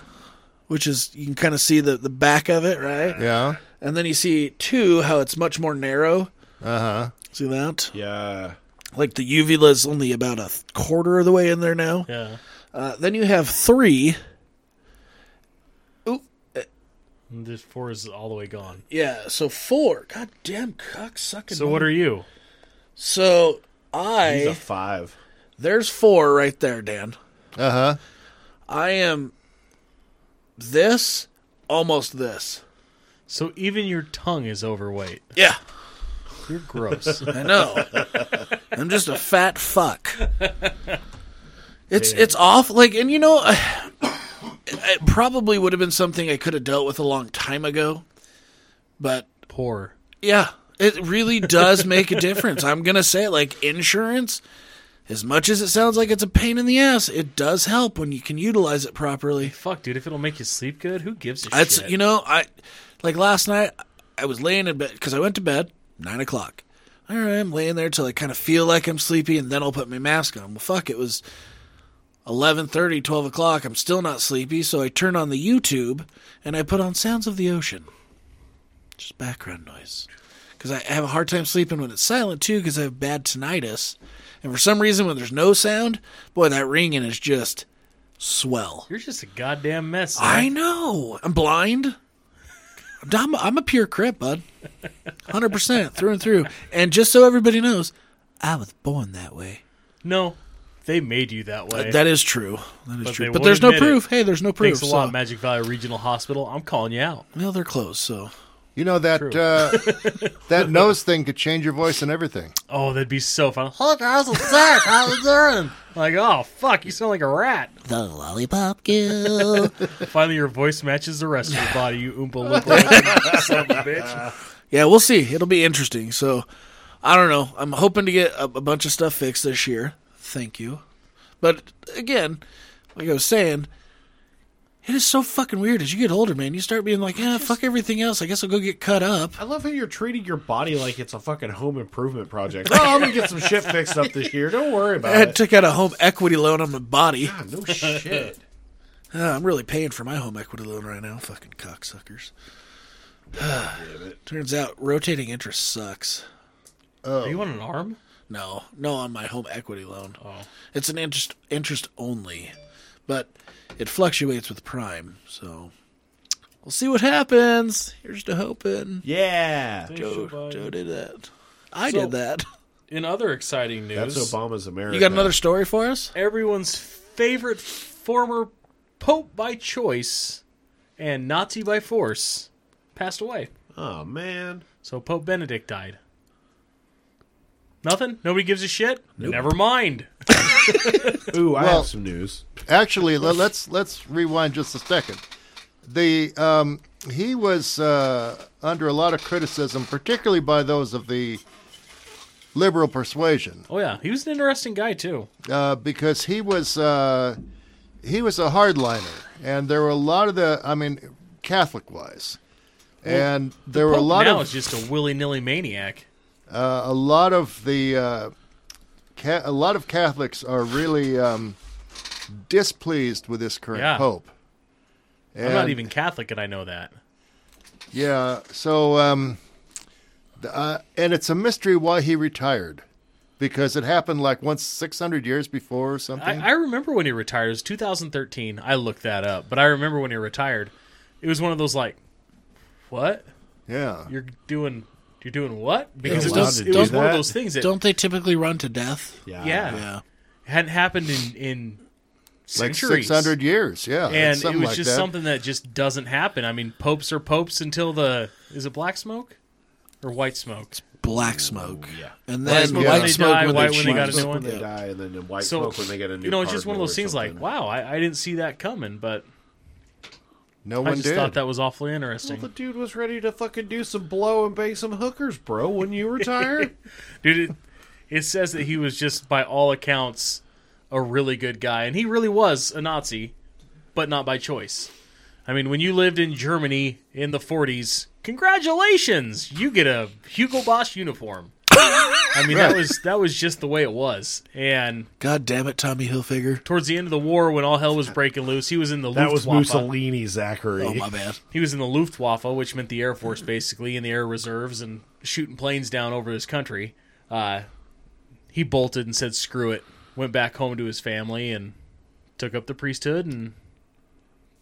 S1: which is you can kind of see the, the back of it, right?
S4: Yeah.
S1: And then you see two, how it's much more narrow. Uh huh.
S3: Uh-huh.
S1: See that?
S2: Yeah.
S1: Like the uvula is only about a th- quarter of the way in there now.
S3: Yeah.
S1: Uh, then you have three.
S3: And this four is all the way gone.
S1: Yeah, so four. God damn cock sucking.
S3: So what are you?
S1: So
S2: He's a
S1: I
S2: five.
S1: there's four right there, Dan.
S4: Uh huh.
S1: I am this almost this.
S3: So even your tongue is overweight.
S1: Yeah,
S3: You're gross.
S1: I know. I'm just a fat fuck. It's it's off like and you know it probably would have been something I could have dealt with a long time ago. But
S3: Poor.
S1: yeah, it really does make a difference. I'm going to say it, like insurance as much as it sounds like it's a pain in the ass, it does help when you can utilize it properly.
S3: Fuck, dude. If it'll make you sleep good, who gives a
S1: That's
S3: shit?
S1: you know I like last night I was laying in bed because I went to bed nine o'clock. All right, I'm laying there till I kind of feel like I'm sleepy, and then I'll put my mask on. Well, fuck, it was 11.30, 12 o'clock. I'm still not sleepy, so I turn on the YouTube and I put on Sounds of the Ocean, just background noise, because I have a hard time sleeping when it's silent too, because I have bad tinnitus, and for some reason when there's no sound, boy, that ringing is just swell.
S3: You're just a goddamn mess.
S1: I
S3: Zach.
S1: know. I'm blind. I'm, I'm a pure crip, bud. 100% through and through. And just so everybody knows, I was born that way.
S3: No, they made you that way.
S1: Uh, That is true. That is
S3: But they
S1: true. But
S3: won't
S1: there's no
S3: admit it.
S1: proof. Hey, there's no proof.
S3: Thanks a lot,
S1: so-
S3: Magic Valley Regional Hospital. I'm calling you out.
S1: Well, they're closed, so.
S4: You know that
S3: True.
S4: uh, that nose thing could change your voice and everything.
S3: Oh, that'd be so fun. Look, how's it Zach? How's it doing? Like, oh fuck, you sound like a rat.
S1: The lollipop girl.
S3: Finally, your voice matches the rest of your body. You oompa loompa, son of a bitch.
S1: yeah, we'll see. It'll be interesting. So, I don't know. I'm hoping to get a, a bunch of stuff fixed this year. Thank you. But again, like I was saying, it is so fucking weird. As you get older, man, you start being like, yeah, fuck everything else. I guess I'll go get cut up.
S2: I love how you're treating your body like it's a fucking home improvement project. oh, I'm gonna get some shit fixed up this year. Don't worry about
S1: I had
S2: it.
S1: took out a home equity loan on my body.
S2: Ah, no shit.
S1: Uh, I'm really paying for my home equity loan right now. Fucking cocksuckers. Turns out rotating interest sucks.
S3: Are you on an arm?
S1: No, no, on my home equity loan.
S3: Oh.
S1: It's an interest interest only, but it fluctuates with prime. So we'll see what happens. Here's to hoping.
S2: Yeah.
S1: Joe, Joe did that. I
S3: So-
S1: did that.
S3: In other exciting news,
S2: That's Obama's America.
S1: You got another story for us?
S3: everyone's favorite former pope by choice and Nazi by force passed away.
S2: Oh man.
S3: So Pope Benedict died. Nothing? Nobody gives a shit? Never mind.
S2: Ooh, I
S4: Well-
S2: have some news.
S4: Actually, let, let's let's rewind just a second. The um, he was uh, under a lot of criticism, particularly by those of the liberal persuasion,
S3: Oh yeah, he was an interesting guy too.
S4: uh, because he was uh, he was a hardliner, and there were a lot of the I mean, Catholic wise, and there were a
S3: Pope
S4: lot
S3: now
S4: of
S3: is just a willy nilly maniac.
S4: uh, a lot of the uh, ca- a lot of Catholics are really um, displeased with this current
S3: Yeah.
S4: pope.
S3: I'm not
S4: And-
S3: even Catholic, and I know that.
S4: Yeah. So, um, the, uh, and it's a mystery why he retired, because it happened like once six hundred years before or something.
S3: I, I remember when he retired. It was 2013. I looked that up, but I remember when he retired. It was one of those like, what
S4: yeah.
S3: you're doing? You're doing what? Because
S1: Yeah,
S3: it
S1: allowed
S3: was,
S1: to
S3: it
S1: do
S3: was one of
S2: that?
S3: those things that
S1: Don't they typically run to death?
S2: Yeah.
S3: yeah,
S1: Yeah.
S3: hadn't happened in in
S4: Like
S3: centuries.
S4: six hundred years. Yeah.
S3: and it
S4: something
S3: was
S4: like
S3: just
S4: that.
S3: something that just doesn't happen. I mean, popes are popes until the is it black smoke or white smoke?
S1: Black smoke.
S2: yeah.
S1: And then
S4: smoke
S1: white
S4: when they
S1: smoke
S3: die,
S1: when
S3: white
S1: they,
S3: when they got a
S1: choose.
S3: new one.
S2: When they die, and then the white
S3: So
S2: smoke when they get a new.
S3: you know, it's just one of
S2: cardinal
S3: those
S2: or
S3: things like,
S2: something.
S3: wow, I, I didn't see that coming, but
S4: No
S3: I
S4: one
S3: just
S4: did.
S3: thought that was awfully
S2: Well,
S3: interesting.
S2: the dude was ready to fucking do some blow and bang some hookers, bro. When you retire,
S3: dude it, it says that he was just by all accounts a really good guy and he really was a nazi but not by choice i mean when you lived in germany in the 40s congratulations you get a hugo boss uniform i mean that was that was just the way it was and
S1: God damn it, Tommy Hilfiger.
S3: towards the end of the war when all hell was breaking loose he was in the
S2: that was
S3: Luftwaffe.
S2: Mussolini, Zachary.
S1: Oh, my bad.
S3: He was in the Luftwaffe, which meant the Air Force, basically, and the Air Reserves, and shooting planes down over his country. Uh, he bolted and said, "Screw it." Went back home to his family and took up the priesthood. And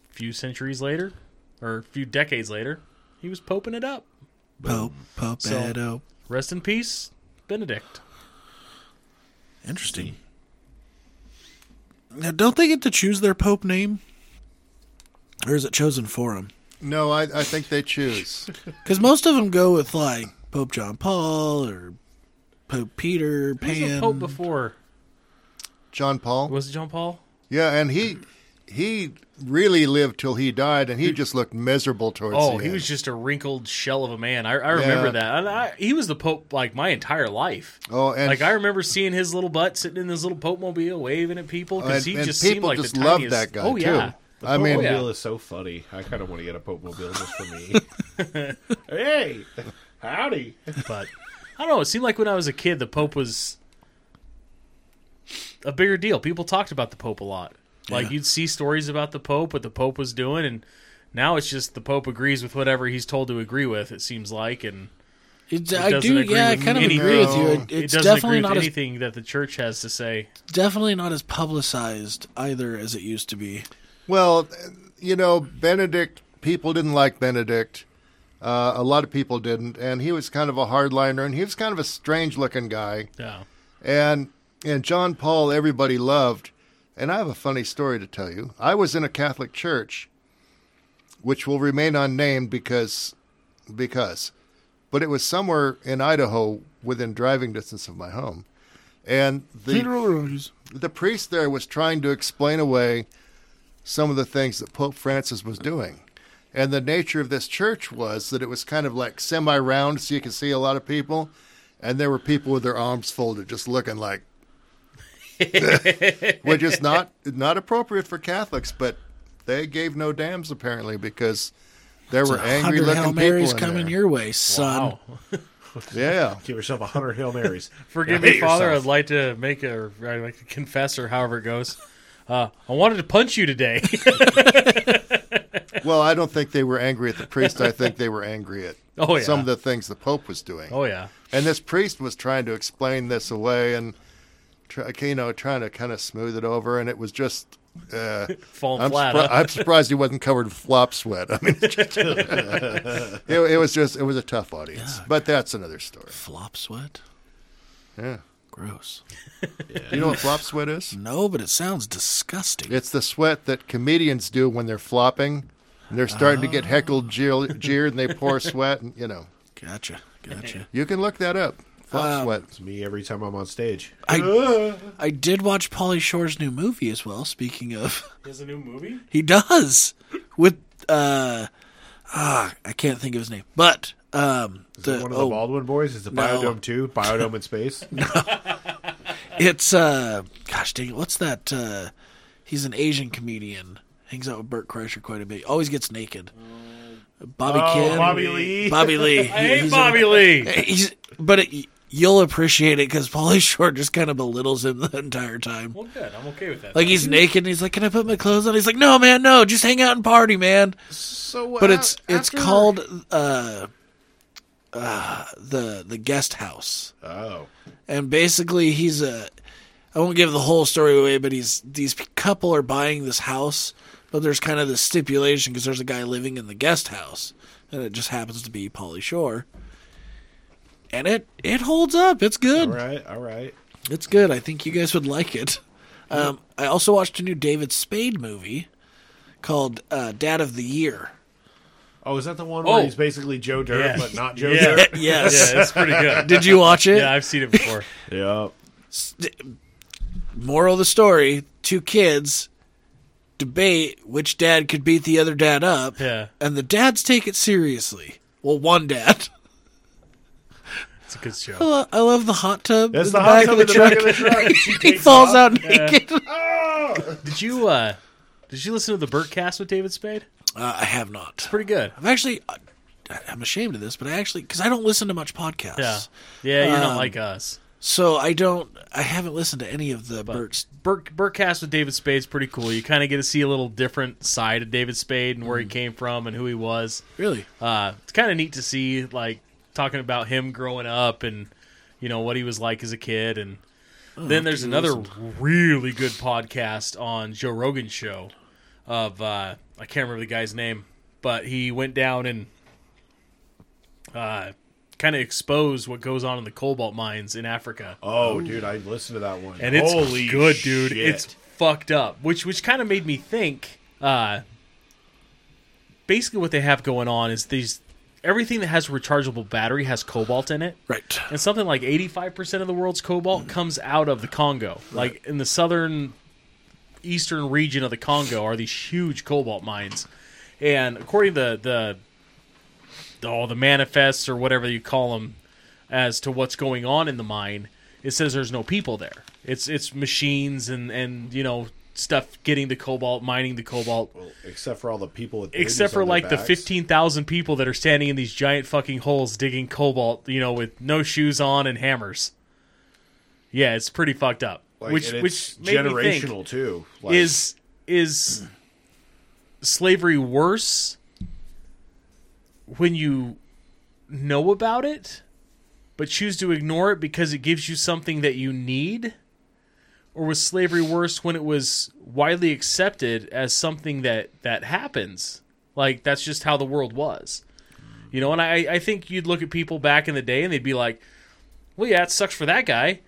S3: a few centuries later, or a few decades later, he was poping it up.
S1: Pope, Pope,
S3: So-
S1: Edo.
S3: Rest in peace, Benedict.
S1: Interesting. Now, don't they get to choose their Pope name? Or is it chosen for them?
S4: No, I, I think they choose.
S1: Because most of them go with, like, Pope John Paul or Pope Peter,
S3: He was a
S1: Pan.
S3: pope before.
S4: John Paul.
S3: Was it John Paul?
S4: Yeah, and he he really lived till he died, and he just looked miserable towards.
S3: Oh,
S4: the
S3: he
S4: end.
S3: was just a wrinkled shell of a man. I, I remember
S4: Yeah.
S3: that. And I, he was the pope like my entire life.
S4: Oh, and
S3: like I remember seeing his little butt sitting in his little Pope mobile, waving at people
S4: and,
S3: because he
S4: and
S3: just seemed
S4: people
S3: like
S4: just
S3: the
S4: loved
S3: tiniest.
S4: that guy
S3: oh yeah,
S4: too. I mean,
S2: Pope
S3: yeah.
S2: Mobile is so funny. I kind of want to get a Pope Mobile just for me. hey, howdy!
S3: but I don't know. It seemed like when I was a kid, the Pope was a bigger deal. People talked about the Pope a lot. Like
S1: Yeah.
S3: you'd see stories about the Pope, what the Pope was doing, and now it's just the Pope agrees with whatever he's told to agree with. It seems like, and
S1: It's-
S3: it
S1: I
S3: doesn't
S1: do,
S3: agree
S1: yeah, I
S3: with
S1: kind of
S3: anything.
S1: agree with you. It,
S3: it
S1: it's
S3: doesn't
S1: definitely
S3: agree with
S1: not as
S3: anything that the church has to say.
S1: definitely not as publicized either as it used to be.
S4: Well, you know, Benedict, people didn't like Benedict. Uh, a lot of people didn't. And he was kind of a hardliner and he was kind of a strange looking guy.
S3: Yeah,
S4: And, and John Paul, everybody loved. And I have a funny story to tell you. I was in a Catholic church, which will remain unnamed because, because, but it was somewhere in Idaho within driving distance of my home. And the
S1: Roses.
S4: the priest there was trying to explain away some of the things that Pope Francis was doing. And the nature of this church was that it was kind of like semi round, so you could see a lot of people. And there were people with their arms folded, just looking like, which is not not appropriate for Catholics, but they gave no dams apparently because there were
S1: 100
S4: angry looking
S1: Hail
S4: people.
S1: Marys
S4: in
S1: coming
S4: there.
S1: your way, son.
S3: Wow.
S4: Yeah,
S2: Give yourself a hundred hail marys.
S3: Forgive
S2: Yeah,
S3: me,
S2: hate
S3: Father.
S2: yourself.
S3: I'd like to make a I'd like to confess, or however it goes. Uh, I wanted to punch you today.
S4: Well, I don't think they were angry at the priest. I think they were angry at
S3: Oh, yeah.
S4: some of the things the Pope was doing.
S3: oh yeah,
S4: And this priest was trying to explain this away and, try, you know, trying to kind of smooth it over. And it was just. Uh,
S3: falling
S4: I'm,
S3: flat.
S4: surpri-
S3: huh?
S4: I'm surprised he wasn't covered in flop sweat. I mean, it, it was just, it was a tough audience. But that's another story.
S1: Flop sweat?
S4: Yeah.
S1: Gross.
S4: Do you know what flop sweat is?
S1: No, but it sounds disgusting.
S4: It's the sweat that comedians do when they're flopping. And they're starting to get heckled, jeer, jeered, and they pour sweat. And, you know,
S1: Gotcha. Gotcha.
S4: you can look that up. Flop sweat.
S2: It's me every time I'm on stage.
S1: I I did watch Polly Shore's new movie as well. Speaking of,
S3: There's a new movie.
S1: he does with uh, ah, I can't think of his name, but um, the,
S2: one of the
S1: oh,
S2: Baldwin boys is the
S1: No.
S2: Biodome Two, Biodome in space.
S1: it's uh, gosh dang it, what's that? Uh, he's an Asian comedian, hangs out with Burt Kreischer quite a bit. Always gets naked. Bobby
S2: Oh,
S1: Kidd,
S2: Bobby Lee.
S1: Bobby Lee.
S3: I hate
S1: He's a-
S3: Bobby Lee.
S1: he's but it, you'll appreciate it because Paulie Short just kind of belittles him the entire time.
S3: Well, good. I'm okay with that.
S1: Like he's naked and he's like, "Can I put my clothes on?" He's like, "No, man, no, just hang out and party, man."
S2: So,
S1: But
S2: a-
S1: it's it's
S2: after-
S1: called uh, uh, the the guest house,
S2: Oh,
S1: and basically he's a. I won't give the whole story away, but he's these couple are buying this house, but there's kind of this stipulation because there's a guy living in the guest house, and it just happens to be Polly Shore. And it it holds up. It's good.
S2: all right, all right.
S1: It's good. I think you guys would like it. Um, I also watched a new David Spade movie called uh, Dad of the Year.
S2: Oh, is that the one
S3: Oh.
S2: where he's basically Joe Dirt
S3: Yeah.
S2: but not Joe
S3: Yeah.
S2: Dirt?
S1: Yes.
S3: yeah, it's pretty good.
S1: Did you watch it?
S3: Yeah, I've seen it before.
S2: Yeah.
S1: Moral of the story two kids debate which dad could beat the other dad up,
S3: Yeah.
S1: and the dads take it seriously. Well, one dad.
S3: It's a good
S1: I
S3: show.
S1: lo- I love the hot tub.
S2: That's
S1: in
S2: the hot tub in the
S1: truck.
S2: back of the truck. She
S1: He
S2: takes
S1: falls
S2: off.
S1: out naked.
S3: Did you uh did you listen to the Burtcast with David Spade?
S1: Uh, I have not.
S3: Pretty good.
S1: I've actually. I- I'm ashamed of this, but I actually because I don't listen to much podcasts.
S3: Yeah. Yeah, you're
S1: Um,
S3: not like us.
S1: So I don't. I haven't listened to any of the Burt's.
S3: Burt Burtcast with David Spade's pretty cool. You kind of get to see a little different side of David Spade and
S1: Mm.
S3: where he came from and who he was.
S1: Really?
S3: Uh, it's kind of neat to see, like talking about him growing up and you know what he was like as a kid. And then there's another really good podcast on Joe Rogan's show of uh, I can't remember the guy's name, but he went down and uh, kind of exposed what goes on in the cobalt mines in Africa
S2: Oh, dude, I listened to that one.
S3: and it's
S2: Holy
S3: good, dude.
S2: shit.
S3: It's fucked up, which which kind of made me think. Uh, basically, what they have going on is these everything that has a rechargeable battery has cobalt in it,
S1: Right.
S3: and something like eighty five percent of the world's cobalt comes out of the Congo, like in the southern eastern region of the Congo are these huge cobalt mines, and according to the the all the manifests or whatever you call them as to what's going on in the mine, it says there's no people there. It's it's machines and and you know stuff getting the cobalt, mining the cobalt.
S2: except for all the people. With
S3: Except
S2: babies
S3: for
S2: on their
S3: like the
S2: backs.
S3: fifteen thousand people that are standing in these giant fucking holes digging cobalt, you know, with no shoes on and hammers. Yeah, it's pretty fucked up.
S2: Like,
S3: which
S2: and
S3: which
S2: it's
S3: made me think,
S2: generational too. Like,
S3: is is slavery worse when you know about it but choose to ignore it because it gives you something that you need or was slavery worse when it was widely accepted as something that that happens like that's just how the world was you know and i i think you'd look at people back in the day and they'd be like well yeah it sucks for that guy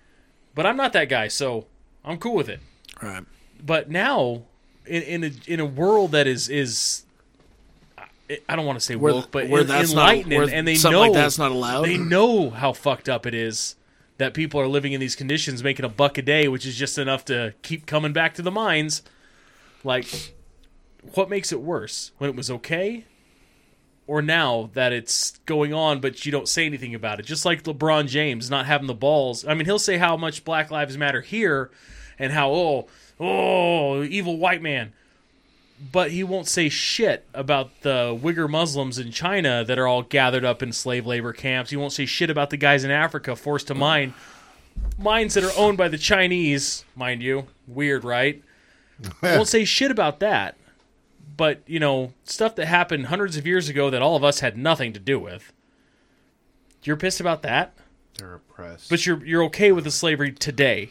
S3: but i'm not that guy so i'm cool with it
S1: Right.
S3: but now in in a in a world that is is I- I don't want to say
S1: Where-
S3: woke, but
S1: where
S3: en-
S1: that's not-
S3: enlightening,
S1: where
S3: and they
S1: something
S3: know
S1: like that's not allowed?
S3: They know how fucked up it is that people are living in these conditions, making a buck a day, which is just enough to keep coming back to the mines. Like, what makes it worse when it was okay, or now that it's going on, but you don't say anything about it? Just like LeBron James not having the balls. I mean, he'll say how much Black Lives Matter here, and how oh oh evil white man but he won't say shit about the Uyghur Muslims in China that are all gathered up in slave labor camps. He won't say shit about the guys in Africa forced to mine mines that are owned by the Chinese, mind you. Weird, right? won't say shit about that. But, you know, stuff that happened hundreds of years ago that all of us had nothing to do with. You're pissed about that?
S2: they're oppressed.
S3: But you're you're okay with the slavery today.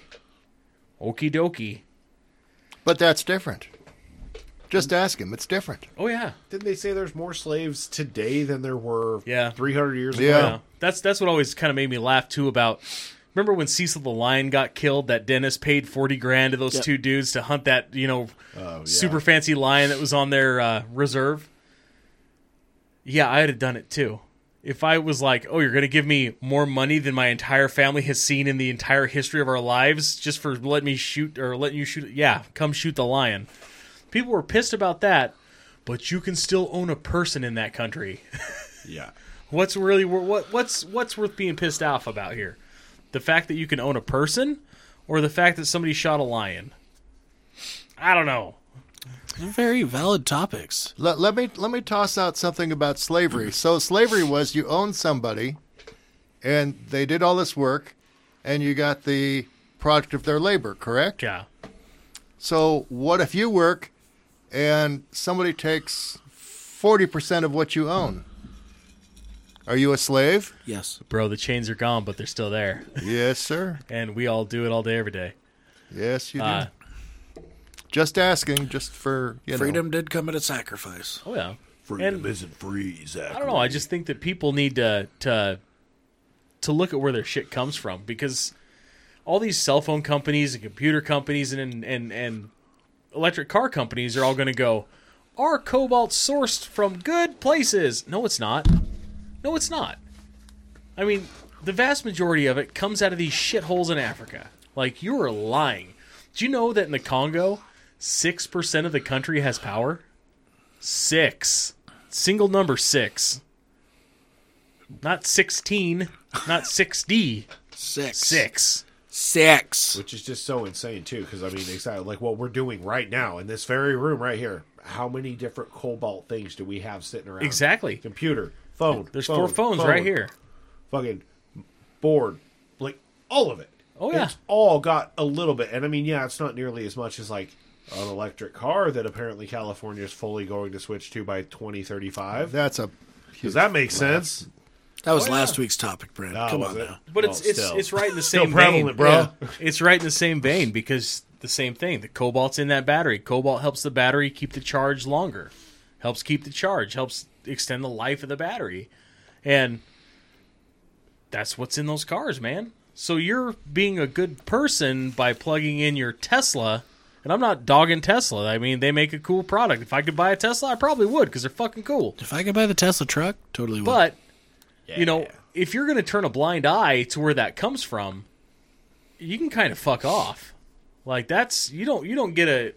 S3: Okie dokie.
S4: But that's different. Just ask him. It's different.
S3: Oh yeah.
S2: didn't they say there's more slaves today than there were?
S3: Yeah.
S2: three hundred years
S4: Yeah.
S2: ago.
S3: Yeah. That's that's what always kind of made me laugh too about remember when Cecil the Lion got killed that Dennis paid 40 grand to those two dudes to hunt that, you know,
S2: Oh,
S3: super fancy lion that was on their uh, reserve? Yeah, I'd have done it too. If I was like, "Oh, you're going to give me more money than my entire family has seen in the entire history of our lives just for letting me shoot or letting you shoot yeah, come shoot the lion." People were pissed about that, but you can still own a person in that country.
S2: Yeah,
S3: What's really wor- what what's what's worth being pissed off about here? The fact that you can own a person, or the fact that somebody shot a lion? I don't know.
S1: They're very valid topics.
S4: Let, let me let me toss out something about slavery. So slavery was you owned somebody, and they did all this work, and you got the product of their labor, correct?
S3: Yeah.
S4: So what if you work and somebody takes 40% of what you own? Are you a slave?
S1: Yes.
S3: Bro, the chains are gone, but they're still there.
S4: Yes, sir.
S3: and we all do it all day, every day.
S4: Yes, you do.
S3: Uh,
S4: just asking, just for you know.
S1: Freedom did come at a sacrifice.
S3: oh, yeah.
S2: Freedom
S3: And-
S2: isn't free, Zach.
S3: I don't know. I just think that people need to to to look at where their shit comes from because all these cell phone companies and computer companies and and and electric car companies are all going to go. Our cobalt sourced from good places. No, it's not. No, it's not. I mean, the vast majority of it comes out of these shitholes in Africa. Like you are lying. Do you know that in the Congo, six percent of the country has power? Six single number six. Not 16, not 6D,
S1: Six.
S3: six.
S1: Six.
S2: Which is just so insane too, because I mean, exactly like what we're doing right now in this very room right here. How many different cobalt things do we have sitting around?
S3: Exactly.
S2: Computer, phone.
S3: There's
S2: phone,
S3: four phones
S2: phone,
S3: right here.
S2: Fucking board, like all of it.
S3: Oh, yeah.
S2: it's all got a little bit. And I mean, yeah, it's not nearly as much as like an electric car that apparently California is fully going to switch to by 2035.
S4: That's a
S2: Does that make sense?
S1: That
S3: Oh,
S1: was last week's topic, Brandon.
S2: Ah,
S1: Come
S2: was
S1: on
S2: it?
S1: now.
S3: But
S2: Well,
S3: it's it's
S2: still.
S3: it's right in the
S2: Still
S3: same vein.
S2: prevalent, bro.
S3: It's right in the same vein because the same thing. The cobalt's in that battery. Cobalt helps the battery keep the charge longer. Helps keep the charge, helps extend the life of the battery. And that's what's in those cars, man. So you're being a good person by plugging in your Tesla. And I'm not dogging Tesla. I mean, they make a cool product. If I could buy a Tesla, I probably would because they're fucking cool.
S1: If I could buy the Tesla truck, totally would.
S3: But you know, if you're going to turn a blind eye to where that comes from, you can kind of fuck off. Like that's you don't you don't get a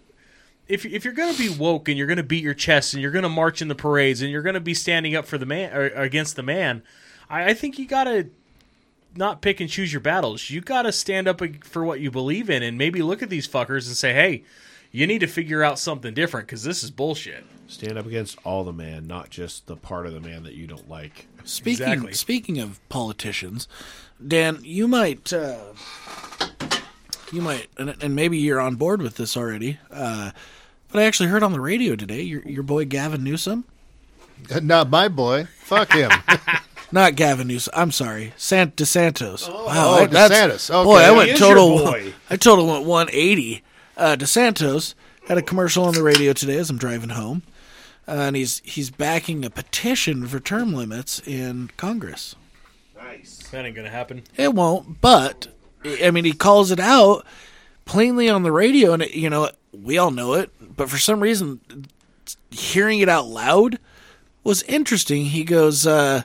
S3: if if you're going to be woke and you're going to beat your chest and you're going to march in the parades and you're going to be standing up for the man or against the man, I, I think you got to not pick and choose your battles. You got to stand up for what you believe in and maybe look at these fuckers and say, "Hey, you need to figure out something different because this is bullshit."
S2: Stand up against all the man, not just the part of the man that you don't like.
S1: Speaking
S3: Exactly.
S1: speaking of politicians, Dan, you might uh, you might and, and maybe you're on board with this already. Uh, but I actually heard on the radio today your your boy Gavin Newsom,
S4: not my boy. Fuck him.
S1: not Gavin Newsom. I'm sorry, Sant DeSantos. Oh,
S4: oh, DeSantis. Okay.
S1: Boy, I
S4: He
S1: went
S2: is your
S1: total.
S2: boy.
S1: I total went 180. Uh, DeSantos had a commercial on the radio today as I'm driving home, uh, and he's he's backing a petition for term limits in Congress.
S2: Nice.
S3: That ain't going to happen.
S1: It won't, but I mean, he calls it out plainly on the radio, and it, you know we all know it. But for some reason, hearing it out loud was interesting. He goes, uh,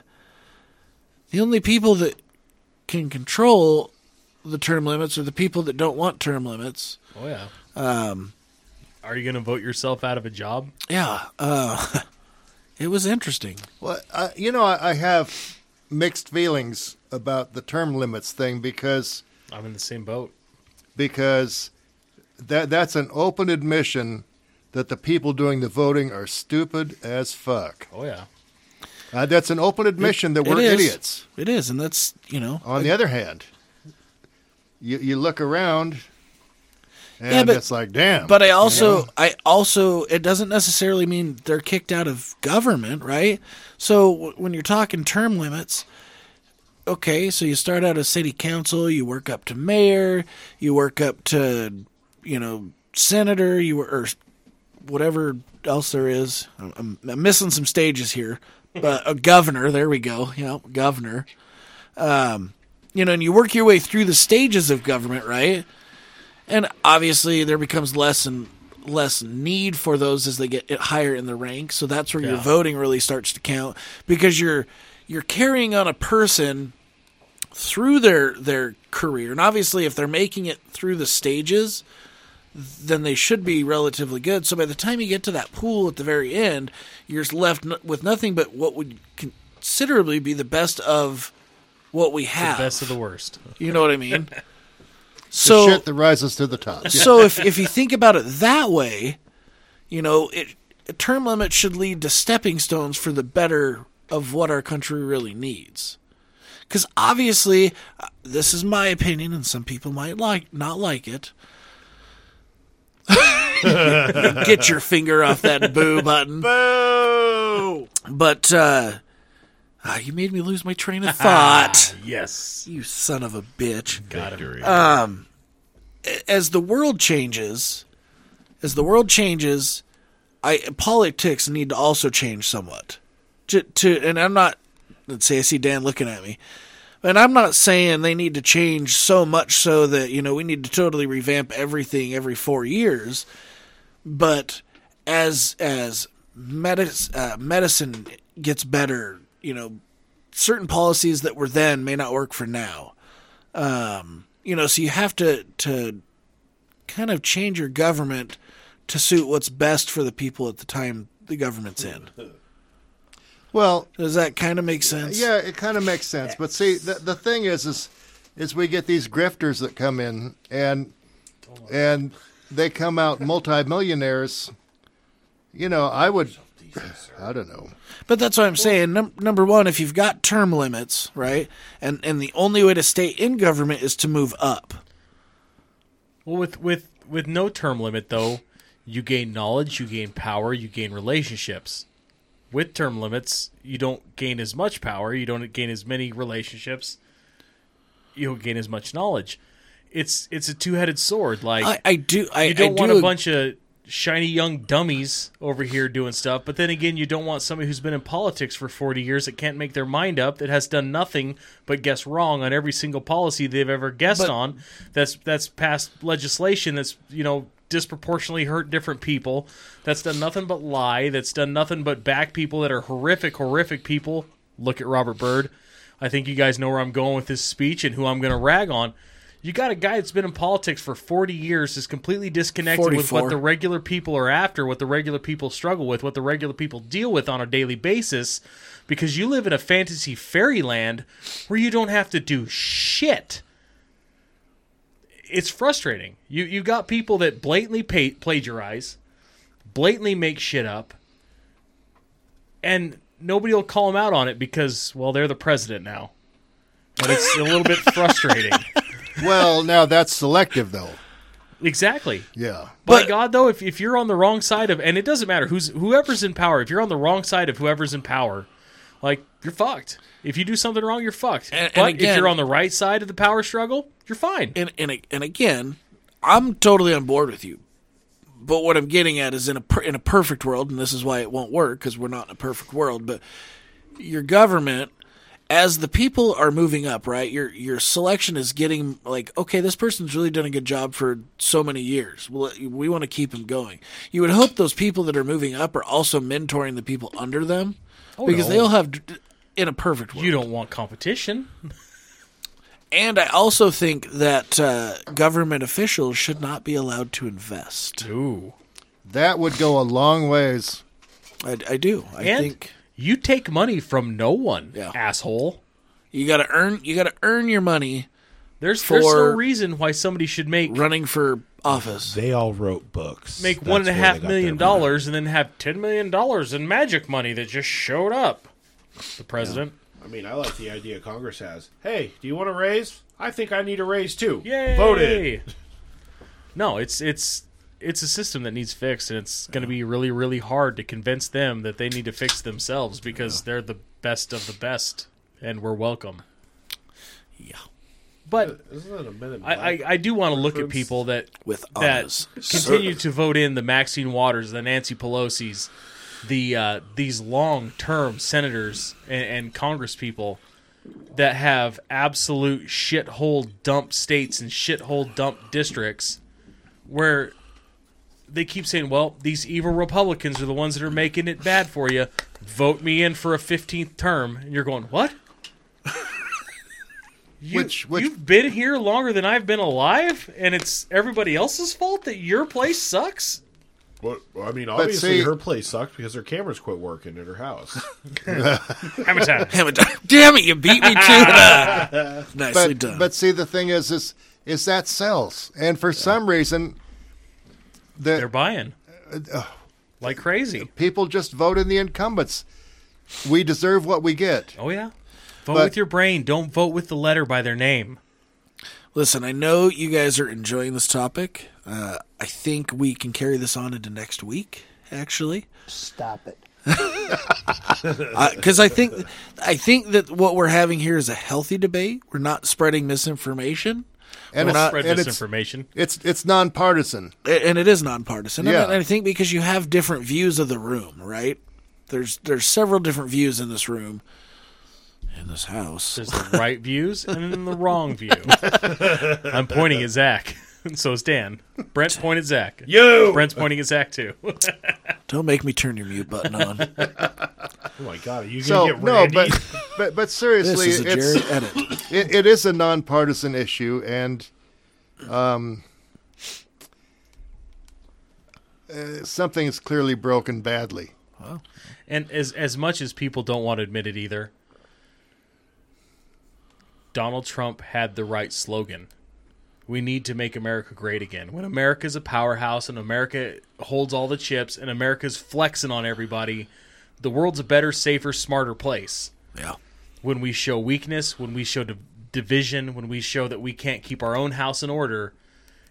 S1: "The only people that can control the term limits are the people that don't want term limits."
S3: Oh yeah. Um, are you going to vote yourself out of a job?
S1: Yeah, uh, it was interesting.
S4: Well, I, you know, I, I have mixed feelings about the term limits thing because
S3: I'm in the same boat.
S4: because that that's an open admission that the people doing the voting are stupid as fuck.
S3: Oh yeah.
S4: Uh, that's an open admission that
S1: It
S4: we're
S1: is.
S4: idiots.
S1: It is, and that's you know
S4: On the other hand, you you look around, and
S1: Yeah, but-
S4: it's like, damn.
S1: But I also, I also, it doesn't necessarily mean they're kicked out of government, right? So w- when you're talking term limits, okay, so you start out as city council, you work up to mayor, you work up to, you know, senator, you were, or whatever else there is. I'm- I'm, I'm missing some stages here, but a governor, there we go, you know, governor. Um, you know, and you work your way through the stages of government, right? and obviously there becomes less and less need for those as they get it higher in the ranks. So that's where your
S3: Yeah.
S1: voting really starts to count because you're you're carrying on a person through their their career. And obviously if they're making it through the stages, then they should be relatively good. So by the time you get to that pool at the very end, you're just left n- with nothing but what would considerably be the best of what we have.
S3: Best of the worst.
S1: you know what I mean?
S4: the
S1: So
S4: shit that rises to the top.
S1: so if if you think about it that way, you know, it a term limit should lead to stepping stones for the better of what our country really needs. because obviously uh, this is my opinion, and some people might like not like it. Get your finger off that boo button.
S3: Boo!
S1: But uh, ah, you made me lose my train of thought.
S3: Yes.
S1: you son of a bitch.
S7: Victory.
S3: Uh,
S1: As the world changes, as the world changes, I politics need to also change somewhat. To, to and I'm not. Let's say I see Dan looking at me, and I'm not saying they need to change so much so that you know we need to totally revamp everything every four years, but as as medicine uh, medicine gets better, you know, certain policies that were then may not work for now. Um, you know, so you have to to kind of change your government to suit what's best for the people at the time the government's in.
S4: Well,
S1: Does that kind of make sense?
S4: Yeah, it kind of makes sense. But see, the, the thing is, is is we get these grifters that come in and and they come out multimillionaires. You know, I would. I don't know.
S1: But that's what I'm saying. Num- number one, if you've got term limits, right, and and the only way to stay in government is to move up.
S3: Well, with with with no term limit though, you gain knowledge, you gain power, you gain relationships. With term limits, you don't gain as much power, you don't gain as many relationships, you don't gain as much knowledge. It's it's a two headed sword. Like
S1: I, I do. I,
S3: you don't
S1: I
S3: want
S1: do
S3: a bunch of shiny young dummies over here doing stuff but then again you don't want somebody who's been in politics for 40 years that can't make their mind up that has done nothing but guess wrong on every single policy they've ever guessed
S1: But-
S3: on that's that's passed legislation that's you know disproportionately hurt different people that's done nothing but lie that's done nothing but back people that are horrific horrific people look at robert byrd i think you guys know where i'm going with this speech and who i'm going to rag on you got a guy that's been in politics for 40 years is completely disconnected with
S1: 44.
S3: what the regular people are after, what the regular people struggle with, what the regular people deal with on a daily basis, because you live in a fantasy fairyland where you don't have to do shit. It's frustrating. You you got people that blatantly pa plagiarize, blatantly make shit up, and nobody will call them out on it because well they're the president now. But it's a little bit frustrating.
S4: Well, now that's selective, though.
S3: Exactly.
S4: Yeah.
S3: By
S1: But-
S3: God, though, if, if you're on the wrong side of, and it doesn't matter who's whoever's in power, if you're on the wrong side of whoever's in power, like you're fucked. If you do something wrong, you're fucked.
S1: And- and
S3: but
S1: again-
S3: if you're on the right side of the power struggle, you're fine.
S1: and and and again, I'm totally on board with you. But what I'm getting at is in a per, in a perfect world, and this is why it won't work because we're not in a perfect world. But your government, as the people are moving up, right? Your your selection is getting like, okay, this person's really done a good job for so many years. Well, we want to keep them going. You would hope those people that are moving up are also mentoring the people under them because
S3: no.
S1: they'll have. In a perfect world,
S3: You don't want competition.
S1: and I also think that uh, government officials should not be allowed to invest.
S3: Ooh.
S4: That would go a long ways.
S1: I, I do. I
S3: And
S1: think
S3: you take money from no one,
S1: Yeah.
S3: asshole.
S1: you got to earn. You got to earn your money
S3: There's there's no
S1: For-
S3: reason why somebody should make
S1: running for office.
S7: They all wrote books.
S3: make
S7: That's
S3: one and a
S7: where
S3: half
S7: they got
S3: million
S7: their money.
S3: dollars and then have ten million dollars in magic money that just showed up. The president.
S2: I mean, I like the idea Congress has. Hey, do you want a raise? I think I need a raise too.
S3: Yay!
S2: Voted.
S3: No, it's it's it's a system that needs fixed, and it's going to be really really hard to convince them that they need to fix themselves because they're the best of the best, and we're welcome.
S1: Yeah,
S3: But
S2: Isn't that a minute?
S3: I I, I do want to look at
S2: Reference.
S3: people that
S1: with
S3: that
S1: office.
S3: continue to vote in the Maxine Waters, the Nancy Pelosi's, the uh, these long term senators and, and Congress people that have absolute shithole dump states and shithole dump districts where they keep saying, "Well, these evil Republicans are the ones that are making it bad for you. Vote me in for a fifteenth term," and you're going, "What?" You,
S4: Which- which-
S3: you've been here longer than I've been alive, and it's everybody else's fault that your place sucks.
S2: But, I mean,
S4: see-
S2: obviously her place sucked because her cameras quit working at her house.
S3: How many times?
S1: Damn it! Damn it! You beat me to it. Nicely
S4: But
S1: done.
S4: but see, the thing is, is is that sells, and for some reason,
S3: They're
S4: the
S3: buying
S4: Uh,
S3: like crazy.
S4: people just vote in the incumbents. We deserve what we get.
S3: Oh yeah, Vote
S4: But-
S3: with your brain. Don't vote with the letter by their name.
S1: Listen, I know you guys are enjoying this topic. Uh, I think we can carry this on into next week, actually,
S7: Stop it.
S1: because I think I think that what we're having here is a healthy debate. We're not spreading misinformation,
S4: and
S1: We're
S4: it's,
S1: not-
S3: Spread
S4: and it's,
S3: misinformation.
S4: it's it's nonpartisan.
S1: a- and it is nonpartisan. And I-
S4: Yeah.
S1: and I think because you have different views of the room, right? There's there's several different views in this room, in this house.
S3: There's the right views and then the wrong view. I'm pointing at Zach. And so is Dan. Brent's pointing at Zach.
S2: Yo!
S3: Brent's pointing at Zach too.
S1: Don't make me turn your mute button on.
S2: Oh my god, are you
S4: So
S2: gonna get
S4: no,
S2: Randy?
S4: but but but
S1: this
S4: seriously,
S1: is a
S4: it's
S1: Jared edit.
S4: it, it is a nonpartisan issue, and um, uh, something is clearly broken badly.
S3: and as as much as people don't want to admit it either, Donald Trump had the right slogan. We need to make America great again. When America's a powerhouse and America holds all the chips and America's flexing on everybody, the world's a better, safer, smarter place.
S1: Yeah.
S3: when we show weakness, when we show div- division, when we show that we can't keep our own house in order,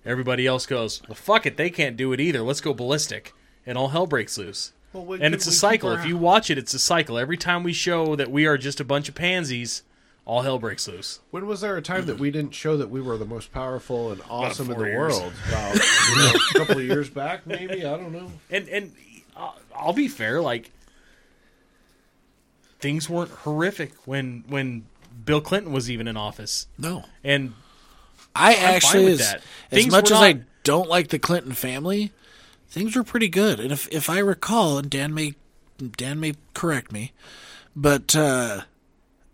S3: everybody else goes, "Well, fuck it, they can't do it either. Let's go ballistic," and all hell breaks loose.
S2: Well, we-
S3: and it's a
S2: we keep
S3: cycle.
S2: our-
S3: If you watch it, it's a cycle. Every time we show that we are just a bunch of pansies, all hell breaks loose.
S2: when was there a time that we didn't show that we were the most powerful and awesome in
S3: four
S2: the
S3: years.
S2: world? About you know, a couple of years back, maybe I don't know.
S3: And and I'll, I'll be fair, like things weren't horrific when when Bill Clinton was even in office,
S1: No.
S3: and
S1: I actually,
S3: with
S1: as,
S3: that.
S1: as
S3: Things
S1: much
S3: were
S1: as I
S3: not-
S1: don't like the Clinton family, things were pretty good. And if if I recall, and Dan may Dan may correct me, but uh,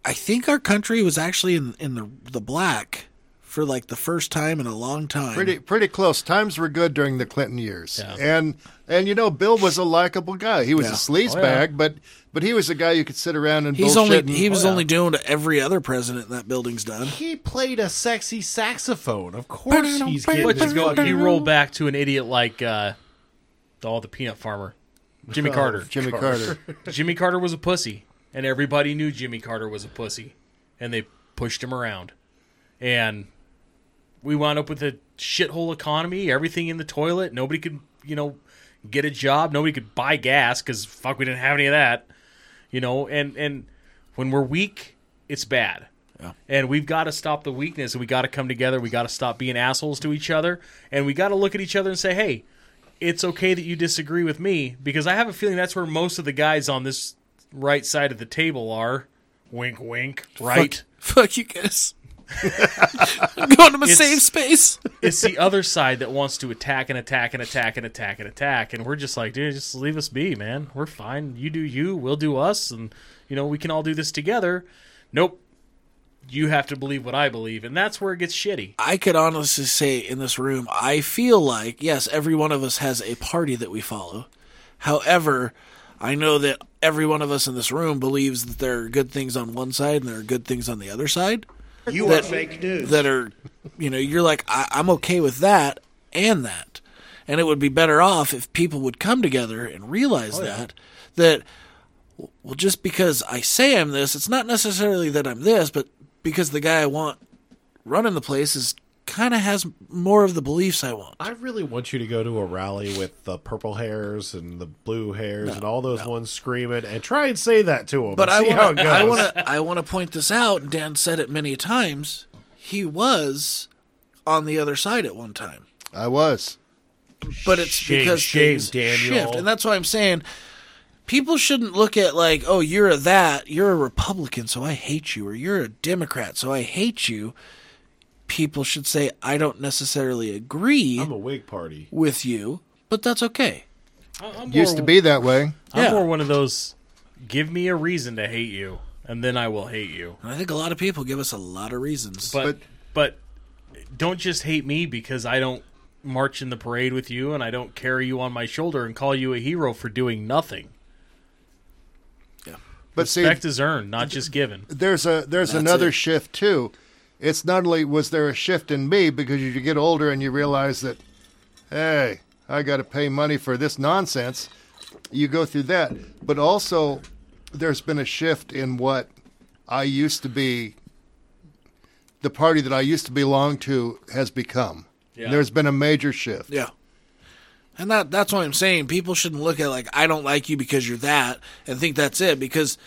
S1: I think our country was actually in in the the black for like the first time in a long time.
S4: Pretty pretty close. Times were good during the Clinton years, and and you know Bill was a likable guy. He was
S1: Yeah.
S4: a sleazebag, but but he was a guy you could sit around and
S1: He's
S4: bullshit.
S1: only he
S4: and,
S1: was only doing what every other president that building's done.
S2: He played a sexy saxophone. Of course, he's getting
S1: But
S2: his
S3: Let's go.
S2: fucking-
S3: You roll back to an idiot like uh, all the peanut farmer, Jimmy Carter.
S4: Jimmy Carter.
S3: Jimmy Carter was a pussy, and everybody knew Jimmy Carter was a pussy, and they pushed him around, and we wound up with a shithole economy. Everything in the toilet. Nobody could, you know, get a job. Nobody could buy gas because fuck, we didn't have any of that. You know, and and when we're weak, it's bad. And we've got to stop the weakness and we got to come together. We got to stop being assholes to each other. And we got to look at each other and say, hey, it's okay that you disagree with me because I have a feeling that's where most of the guys on this right side of the table are. Wink, wink, right?
S1: Fuck, fuck you guys. I'm going to my
S3: It's-
S1: safe space.
S3: it's the other side that wants to attack and attack and attack and attack and attack. And we're just like, dude, just leave us be, man. We're fine. You do you, we'll do us. And, you know, we can all do this together. Nope. You have to believe what I believe. And that's where it gets shitty.
S1: I could honestly say in this room, I feel like, yes, every one of us has a party that we follow. However, I know that every one of us in this room believes that there are good things on one side and there are good things on the other side
S6: You
S1: That-
S6: are fake news.
S1: that are, you know, you're like, I- I'm okay with that and that. And it would be better off if people would come together and
S6: Oh,
S1: realize that, that, well, just because I say I'm this, it's not necessarily that I'm this, but because the guy I want running the place is kind of has more of the beliefs I want.
S2: I really want you to go to a rally with the purple hairs and the blue hairs and all those ones screaming and try and say that to them.
S1: But I
S2: see how it
S1: want
S2: goes.
S1: I want to I want to point this out. And Dan said it many times. He was on the other side at one time,
S4: I was.
S1: but it's
S2: Shame,
S1: because
S2: shame,
S1: things
S2: Daniel.
S1: shift, and that's why I'm saying people shouldn't look at like, oh, you're a that, you're a Republican, so I hate you, or you're a Democrat, so I hate you. People should say, I don't necessarily agree
S2: I'm a Whig party.
S1: with you, but that's okay.
S4: Used to be that way.
S3: I'm
S1: Yeah.
S3: more one of those. Give me a reason to hate you, and then I will hate you.
S1: And I think a lot of people give us a lot of reasons.
S3: But but, don't just hate me because I don't march in the parade with you, and I don't carry you on my shoulder and call you a hero for doing nothing.
S4: But see,
S3: Respect is earned, not just given.
S4: there's a there's another shift too. It's not only was there a shift in me because you get older and you realize that, hey, I got to pay money for this nonsense. You go through that, but also there's been a shift in what I used to be, the party that I used to belong to has become.
S3: Yeah.
S4: There's been a major shift.
S1: Yeah. And that that's what I'm saying. People shouldn't look at like I don't like you because you're that and think that's it because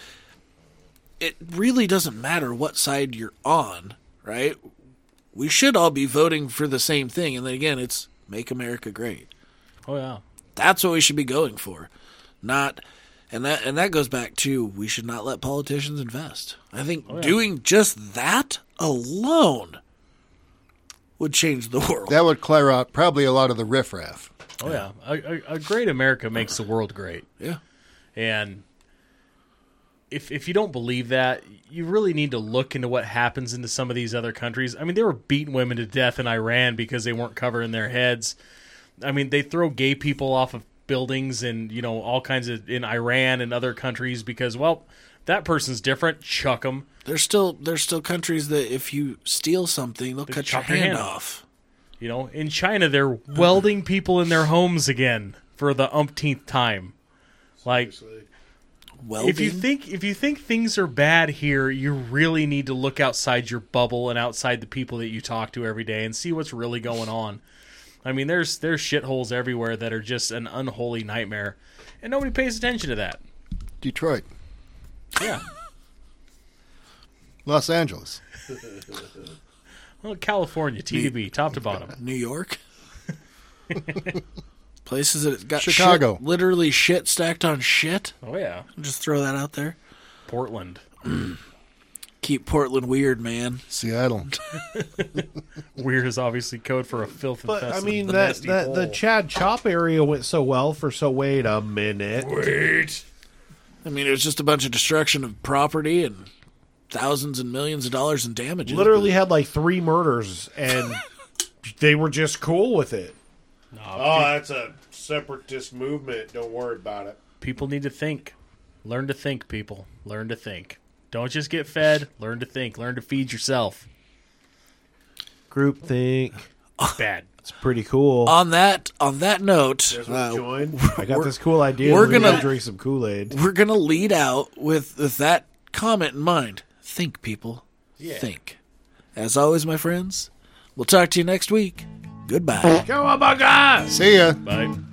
S1: it really doesn't matter what side you're on, right? We should all be voting for the same thing and then again it's make America great.
S3: Oh yeah.
S1: That's what we should be going for. Not and that and that goes back to we should not let politicians invest. I think doing just that alone would change the world.
S4: That would clear out probably a lot of the riffraff.
S3: Oh yeah. A, a, a great America makes the world great.
S1: yeah.
S3: And if if you don't believe that, you really need to look into what happens into some of these other countries. I mean, they were beating women to death in Iran because they weren't covering their heads. I mean, they throw gay people off of buildings and you know all kinds of in Iran and other countries because well, that person's different. Chuck them.
S1: There's still there's still countries that if you steal something, they'll cut your
S3: chop your
S1: hand,
S3: hand
S1: off.
S3: You know, in China, they're welding people in their homes again for the umpteenth time. Like,
S1: Well,
S3: if you think if you think things are bad here, you really need to look outside your bubble and outside the people that you talk to every day and see what's really going on. I mean, there's there's shitholes everywhere that are just an unholy nightmare, and nobody pays attention to that.
S4: Detroit,
S3: Yeah,
S4: Los Angeles.
S3: well, California, TB, top to bottom.
S1: New York, places that got
S4: Chicago.
S1: shit- literally shit stacked on shit.
S3: Oh yeah,
S1: Just throw that out there.
S3: Portland,
S1: Keep Portland weird, man.
S4: Seattle.
S3: weird is obviously code for a filth
S2: But
S3: infested.
S2: I mean
S3: the
S2: that,
S3: nasty
S2: that the
S3: hole.
S2: Chad Chop area went so well for so wait a minute.
S1: I mean, it was just a bunch of destruction of property and thousands and millions of dollars in damages.
S2: Literally had like three murders and they were just cool with it. Oh, that's a separatist movement. Don't worry about it.
S3: people need to think. Learn to think, people. Learn to think. Don't just get fed. Learn to think. Learn to feed yourself.
S2: Groupthink.
S3: Bad.
S2: It's pretty cool.
S1: on that on that note, uh,
S2: Join. I got
S1: we're-
S2: this cool idea.
S1: we're
S2: We're gonna
S1: gonna-
S2: drink some Kool Aid.
S1: we're gonna lead out with, with that comment in mind. Think, people. Think. As always, my friends. We'll talk to you next week. Goodbye.
S2: um Come on, my guys.
S4: See ya.
S3: Bye.